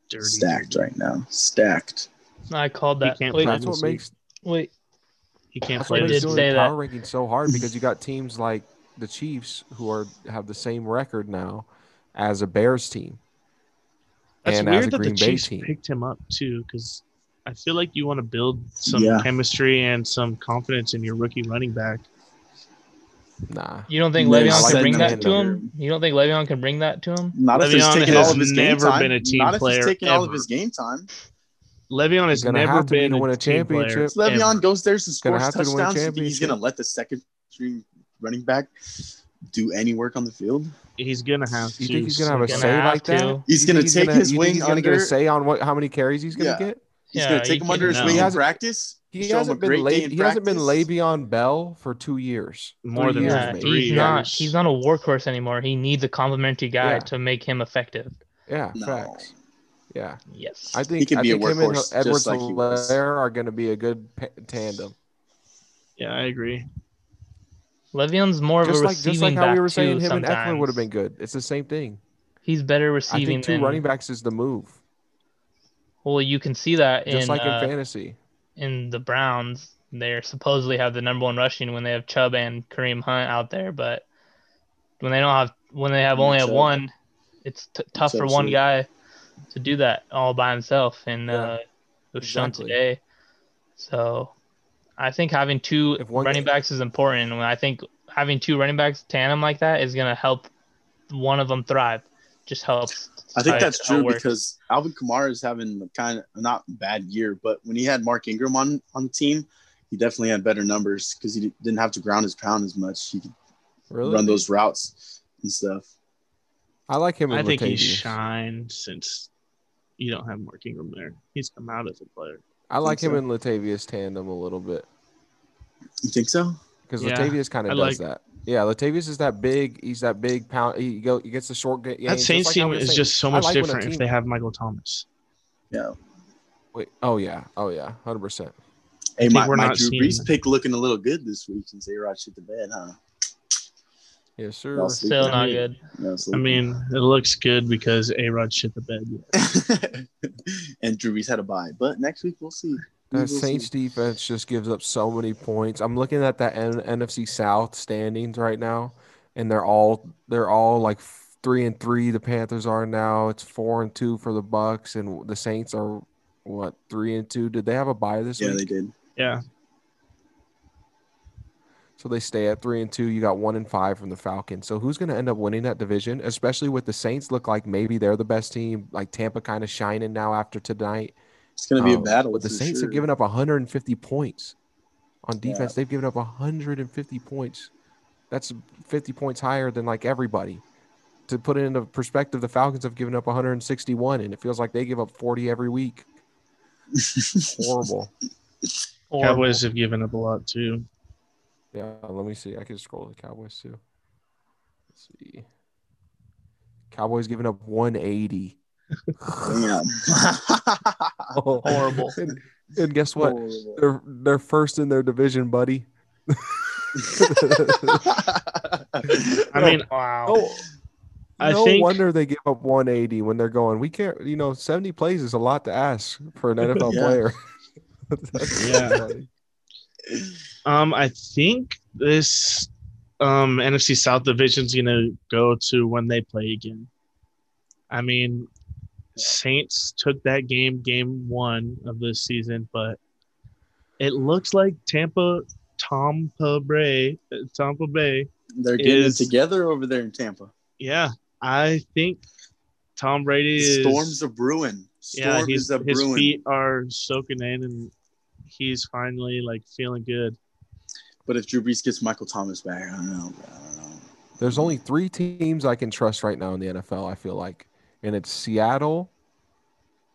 dirty.
Stacked
dirty.
right now. Stacked.
I called
He
that.
can't
Wait,
play.
That's what
Obviously,
makes
wait.
He can't
that's
play
I
what makes
this.
did
doing
week.
say
the
that.
power ranking so hard because you got teams like the Chiefs who are have the same record now as a Bears team.
That's
and as a
weird that
Green
the
Bay
Chiefs
team.
picked him up too, because I feel like you want to build some
Yeah.
chemistry and some confidence in your rookie running back.
Nah.
You don't think
They're
Le'Veon can
setting
bring
him
that
in
to
there.
him? You don't think Le'Veon can bring that to him?
Not if he's
Le'Veon
taking
has
all of his game
never
time.
been a team
Not if
player
he's taking all of
ever.
his game time.
Le'Veon has
He's gonna
never
have to be
been
to win a
team player
championship.
If Le'Veon
ever.
goes there to
gonna
score
have to win a
touchdowns, you think he's
championship.
going to let the second string running back do any work on the field?
He's gonna have to.
You think he's gonna have
so
a
Gonna
say
have
like that?
to.
He's
You
going
think
to take
gonna-
his
you think
wing
he's
under.
gonna get a say on what how many carries he's gonna
Yeah.
get?
He's
Yeah,
going to
you
take him under his
can-
wing
No.
in practice.
He
Show him a
hasn't been
great
la-
day in
he hasn't been
practice.
Le'Veon Bell for two years.
More
Three
than
years,
that.
Yeah,
maybe.
three
he's not.
years.
He's not a workhorse anymore. He needs a complimentary guy
Yeah.
to make him effective.
Yeah,
No.
facts. Yeah,
Yes.
I think
can
I
be a
think him and
workhorse, just
Edwards
like he was.
Hilaire are going to be a good pa- tandem.
Yeah, I agree.
Le'Veon's more of
Just
a
like
receiving
just like how
back
we were saying,
too.
him and
sometimes
Eckler would have been good. It's the same thing.
He's better
I
receiving
think two
than
running backs is the move.
well, you can see that in
Just like
uh,
in fantasy.
in the Browns, they supposedly have the number one rushing when they have Chubb and Kareem Hunt out there, but when they don't have when they have
Yeah,
only have
Chubb.
one, it's t- tough for
Chubb's
one
the-
guy to do that all by himself, and
Yeah,
uh, it was shown
exactly.
today. So, I think having two
If one
running
guy-
backs is important, and I think having two running backs tandem like that is going to help one of them thrive. Just helps.
I think
decide
that's
how it
true
works.
because Alvin Kamara is having a kind of not bad year, but when he had Mark Ingram on on the team, he definitely had better numbers because he di- didn't have to ground his pound as much. He could
Really,
run those routes and stuff.
I like him. And
I think he's
Latavius.
shined since you don't have Mark Ingram there. He's come out as a player.
I like
Think
him
so.
and Latavius tandem a little bit
You think so?
because
Yeah,
Latavius kind
I
of does
like-
that. Yeah, Latavius is that big. He's that big pound. He go. He gets the short game.
that Saints team is just so
I
much
like when a
different if
team-
they have Michael Thomas.
Yeah.
Wait, oh yeah. Oh yeah. Hundred percent.
Hey,
think
my,
we're
my
not
Drew
seeing
Brees
that.
pick looking a little good this week since they rod shit the bed, huh?
Yes, sir.
Y'all sleep-
still
I
not
mean-
good.
y'all
I
sleep.
mean, it looks good because A Rod shit the bed.
and Drew Brees had a bye, but next week we'll see.
That
We'll
Saints defense just gives up so many points. I'm looking at that N- NFC South standings right now, and they're all they're all like f- three and three. The Panthers are now. It's four and two for the Bucks, and the Saints are what three and two. Did they have a bye this
see. Yeah,
week?
they did.
Yeah,
So they stay at three and two. You got one and five from the Falcons. So who's going to end up winning that division? Especially with the Saints look like maybe they're the best team. Like Tampa kind of shining now after tonight.
It's gonna be a
Um,
battle.
But the
for
Saints
sure.
have given up 150 points on
Yeah.
defense. They've given up 150 points. That's 50 points higher than like everybody. To put it into perspective, the Falcons have given up 161, and it feels like they give up 40 every week. Horrible.
Horrible.
Cowboys have given up a lot too.
Yeah, let me see. I can scroll the Cowboys too. Let's see. Cowboys giving up 180.
Damn.
Horrible.
Oh. And, and guess what? They're they're first in their division, buddy.
I
Oh,
mean,
wow.
no,
I
no
think-
wonder they give up 180 when they're going. We can't, you know, 70 plays is a lot to ask for an NFL
Yeah.
player. That's
Yeah.
funny.
Um, I think this um, NFC South division's gonna go to when they play again. I mean, Saints took that game, game one of this season, but it looks like Tampa, Tampa Bay, Tampa Bay.
They're getting
Is-
it together over there in Tampa.
Yeah, I think Tom Brady is.
Storms a brewing. Storm
yeah,
is
he's,
a
his
brewing.
feet are soaking in, and he's finally like feeling good.
But if Drew Brees gets Michael Thomas back, I don't know. bro. I don't know.
There's only three teams I can trust right now in the NFL. I feel like, and it's Seattle,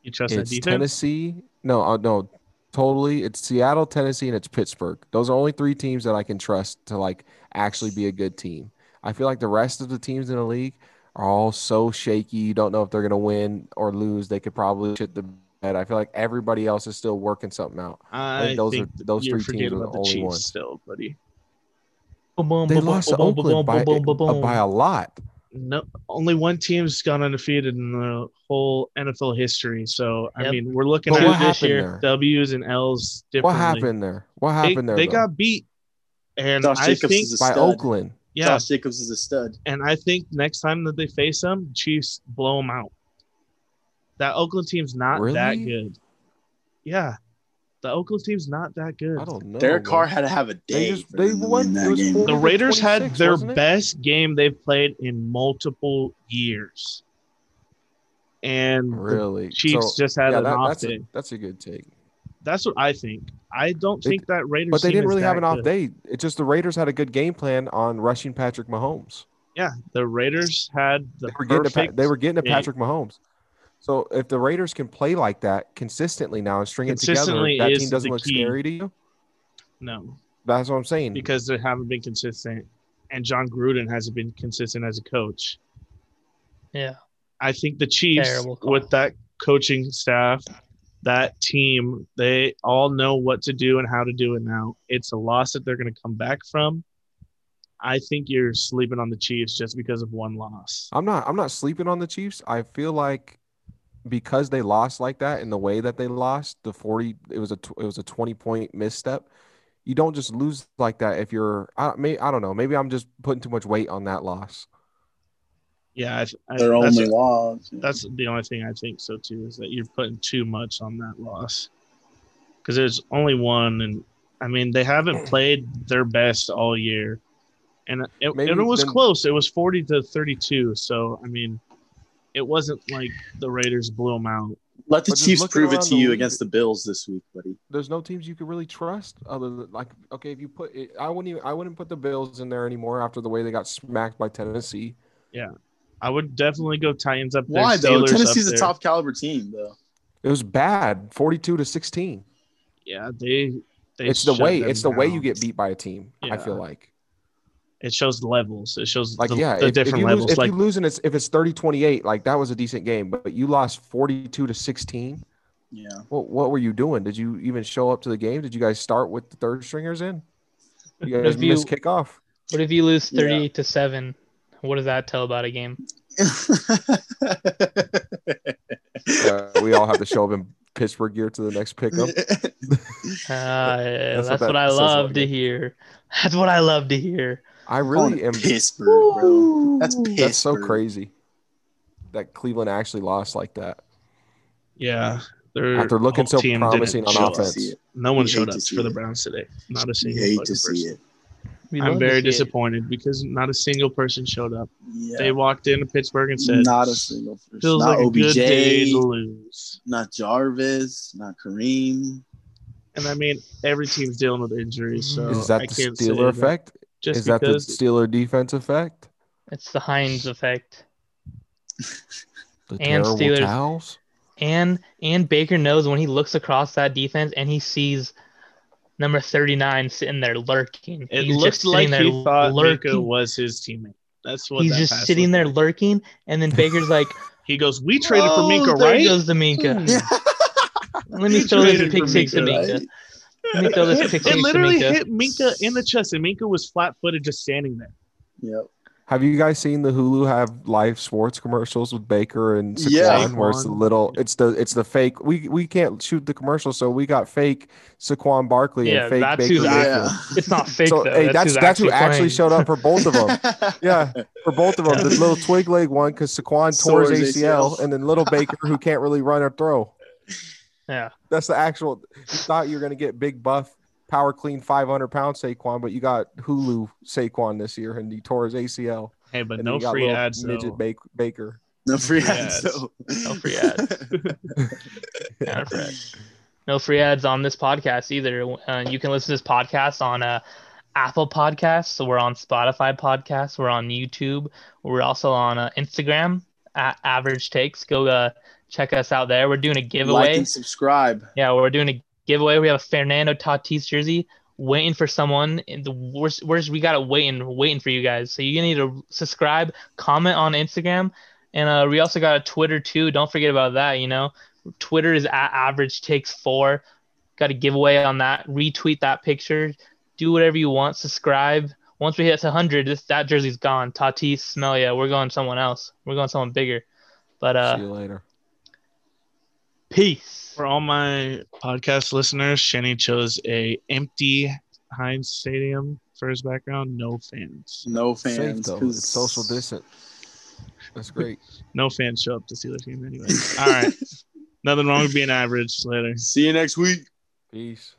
You trust that
it's
defense?
Tennessee. No, uh, no, totally. It's Seattle, Tennessee, and it's Pittsburgh. Those are only three teams that I can trust to like actually be a good team. I feel like the rest of the teams in the league are all so shaky. You don't know if they're gonna win or lose. They could probably shit the bed. I feel like everybody else is still working something out.
I,
I think those
think
are those
you're
three teams
forgetting
are the
about the
only
Chiefs
ones.
still, buddy.
Boom, boom,
They
boom,
lost
boom,
to
boom, boom,
Oakland by,
boom, boom, boom,
by a lot.
No, only one team's gone undefeated in the whole NFL history. So I
Yep.
mean, we're looking
But
at
what
this
happened
year
there?
W's and L's.
What
Differently.
happened there? What
They,
happened there?
they
though?
got beat, and
Josh
I
Jacobs
think
is a
by
stud.
Oakland.
yeah,
Josh Jacobs is a stud.
and I think next time that they face them, Chiefs blow them out. That Oakland team's not that
Really?
good. Yeah, the Oakland team's not that good.
I don't know.
Derek
bro.
Carr had to have a
Oh, They
day.
just-
for
they
them to
won-
win
it
that
was
game.
four-
The Raiders had
26,
their
wasn't it?
best game they've played in multiple years, and the
really.
Chiefs
So,
just had
yeah,
an
that-
off
that's,
day.
a, that's a good take.
That's what I think. I don't
They-
think that Raiders.
But they
team
didn't
is
really have
that
an off
good.
day. It's just the Raiders had a good game plan on rushing Patrick Mahomes.
Yeah, the Raiders had the
They were getting to,
perfect.
Pa- they were getting to
game.
Patrick Mahomes. So if the Raiders can play like that consistently now and string it together,
Consistently
that
is
team doesn't
the
look
key.
scary to you.
no,
That's what I'm saying.
because they haven't been consistent, and John Gruden hasn't been consistent as a coach.
Yeah.
I think the Chiefs,
Terrible call.
with that coaching staff, that team, they all know what to do and how to do it now. It's a loss that they're going to come back from. I think you're sleeping on the Chiefs just because of one loss.
I'm not I'm not sleeping on the Chiefs. I feel like because they lost like that and the way that they lost, the 40 it was a tw- it was a 20 point misstep. You don't just lose like that if you're I may I don't know. Maybe I'm just putting too much weight on that loss.
Yeah, I, th- I,
Their
that's,
only loss.
that's the only thing I think so too is that you're putting too much on that loss because there's only one, and I mean they
Hmm.
haven't played their best all year, and it,
Maybe
it was
then-
close. It was forty to thirty-two, so I mean, it wasn't like the Raiders blew them out.
Let the
But just
Chiefs
looking
prove it
around
to
the
you
league-
against the Bills this week, buddy.
There's no teams you could really trust other than like okay, if you put it, I wouldn't even I wouldn't put the Bills in there anymore after the way they got smacked by Tennessee.
I would definitely go Titans up there.
Why though?
Steelers up
Tennessee's a
there.
top caliber team though.
It was bad, 42 to 16.
Yeah, they. they
it's the
shut
way
them
it's the way
down.
you get beat by a team. I
Yeah.
feel like
It shows the levels. It shows
like
the,
yeah
the
if, if
different
you
levels.
lose, if
like
you lose and it's if it's 30 28 like that was a decent game but, but you lost 42 to 16
Yeah.
what, what were you doing did you even show up to the game did you guys start with the third stringers in you guys
If you-
missed kickoff
What if you lose
Yeah.
30 to 7? What does that tell about a game?
uh, we all have to show up in pittsburgh gear to the next pickup
Uh, that's,
what
what,
that
I
says about
love
a
to
game.
hear. That's what I love to hear.
i
really
really am
Pittsburgh, bro. That's Pittsburgh.
that's so crazy that cleveland actually lost like that
yeah, they're
after looking so promising on
show up.
offense
See it.
No one
We
showed up
hate to see
for the
it.
Browns today. Not a
You
single
hate
fucking
to see
person.
it.
We
I'm
love to
very
see it.
disappointed because not a single person showed up. They
Yeah.
walked into Pittsburgh and said,
not a single person.
feels
Not
like a good day
OBJ.
to lose."
not Jarvis. Not Kareem.
And I mean, every team's dealing with injuries, so
is that
I
the
can't say
steeler
that.
effect
Just
is that the
because
steeler defense effect
It's the Heinz effect.
the
And
terrible
Steelers-
towels
And and Baker knows when he looks across that defense and he sees number 39 sitting there lurking.
it
he's
looks
just
like
sitting there
he thought Mika
lurking.
was his teammate. That's what
he's
that
just
pass
sitting
looked
there
like.
lurking and then Baker's like,
He goes, "We traded for
"Oh,
Minka,
there
right?"
goes the Minka.
Hmm.
Let me
You
throw this
traded
pick
for
six to
Minka,
Minka. Let me throw this pick
It
six to
literally
Minka.
hit Minka in the chest, and Minka was flat-footed, just standing there.
Yep.
Have you guys seen the Hulu have live sports commercials with Baker and Saquon
Yeah.
where it's the
Saquon.
little it's the it's the fake we we can't shoot the commercial so we got fake Saquon Barkley
Yeah,
and fake
that's
Baker.
who's
Mayfield.
Yeah.
It's not fake
so
though.
hey,
who's
that's that's who actually
playing.
showed up for both of them. Yeah, for both of them. The little twig leg one because Saquon tore
Tore his
his ACL,
ACL.
and then little Baker who can't really run or throw.
Yeah.
That's the actual. You thought you were gonna get big buff, power clean, five hundred pound Saquon, but you got Hulu Saquon this year, and he tore his ACL.
Hey, but
and
no
you got
free
little
ads.
Midget
though.
Bak- Baker.
No free
Yes.
ads. though.
No free ads. Yeah, for it. No free ads on this podcast either. Uh, you can listen to this podcast on uh, Apple Podcasts. So we're on Spotify Podcasts. We're on YouTube. We're also on uh, Instagram at Average Takes. Go uh, check us out there. We're doing a
Like
giveaway.
and subscribe.
Yeah, we're doing a giveaway. We have a Fernando Tatis jersey waiting for someone. And the worst, worst we got it waiting, waiting for you guys. So you need to subscribe, comment on Instagram, and uh, we also got a Twitter too. Don't forget about that. You know, Twitter is at average takes four. Got a giveaway on that. Retweet that picture. Do whatever you want. Subscribe. Once we hit 100, this, that jersey's gone. Tatis, smell ya. We're going someone else. We're going someone bigger. But
See
uh,
you later.
peace.
For all my podcast listeners, Shanny chose a empty Heinz Stadium for his background. No fans.
No
Safe
fans.
though.
'cause-
It's social distance. That's great.
No fans show up to see the team anyway. All right. Nothing wrong with being average. Later.
See you next week.
Peace.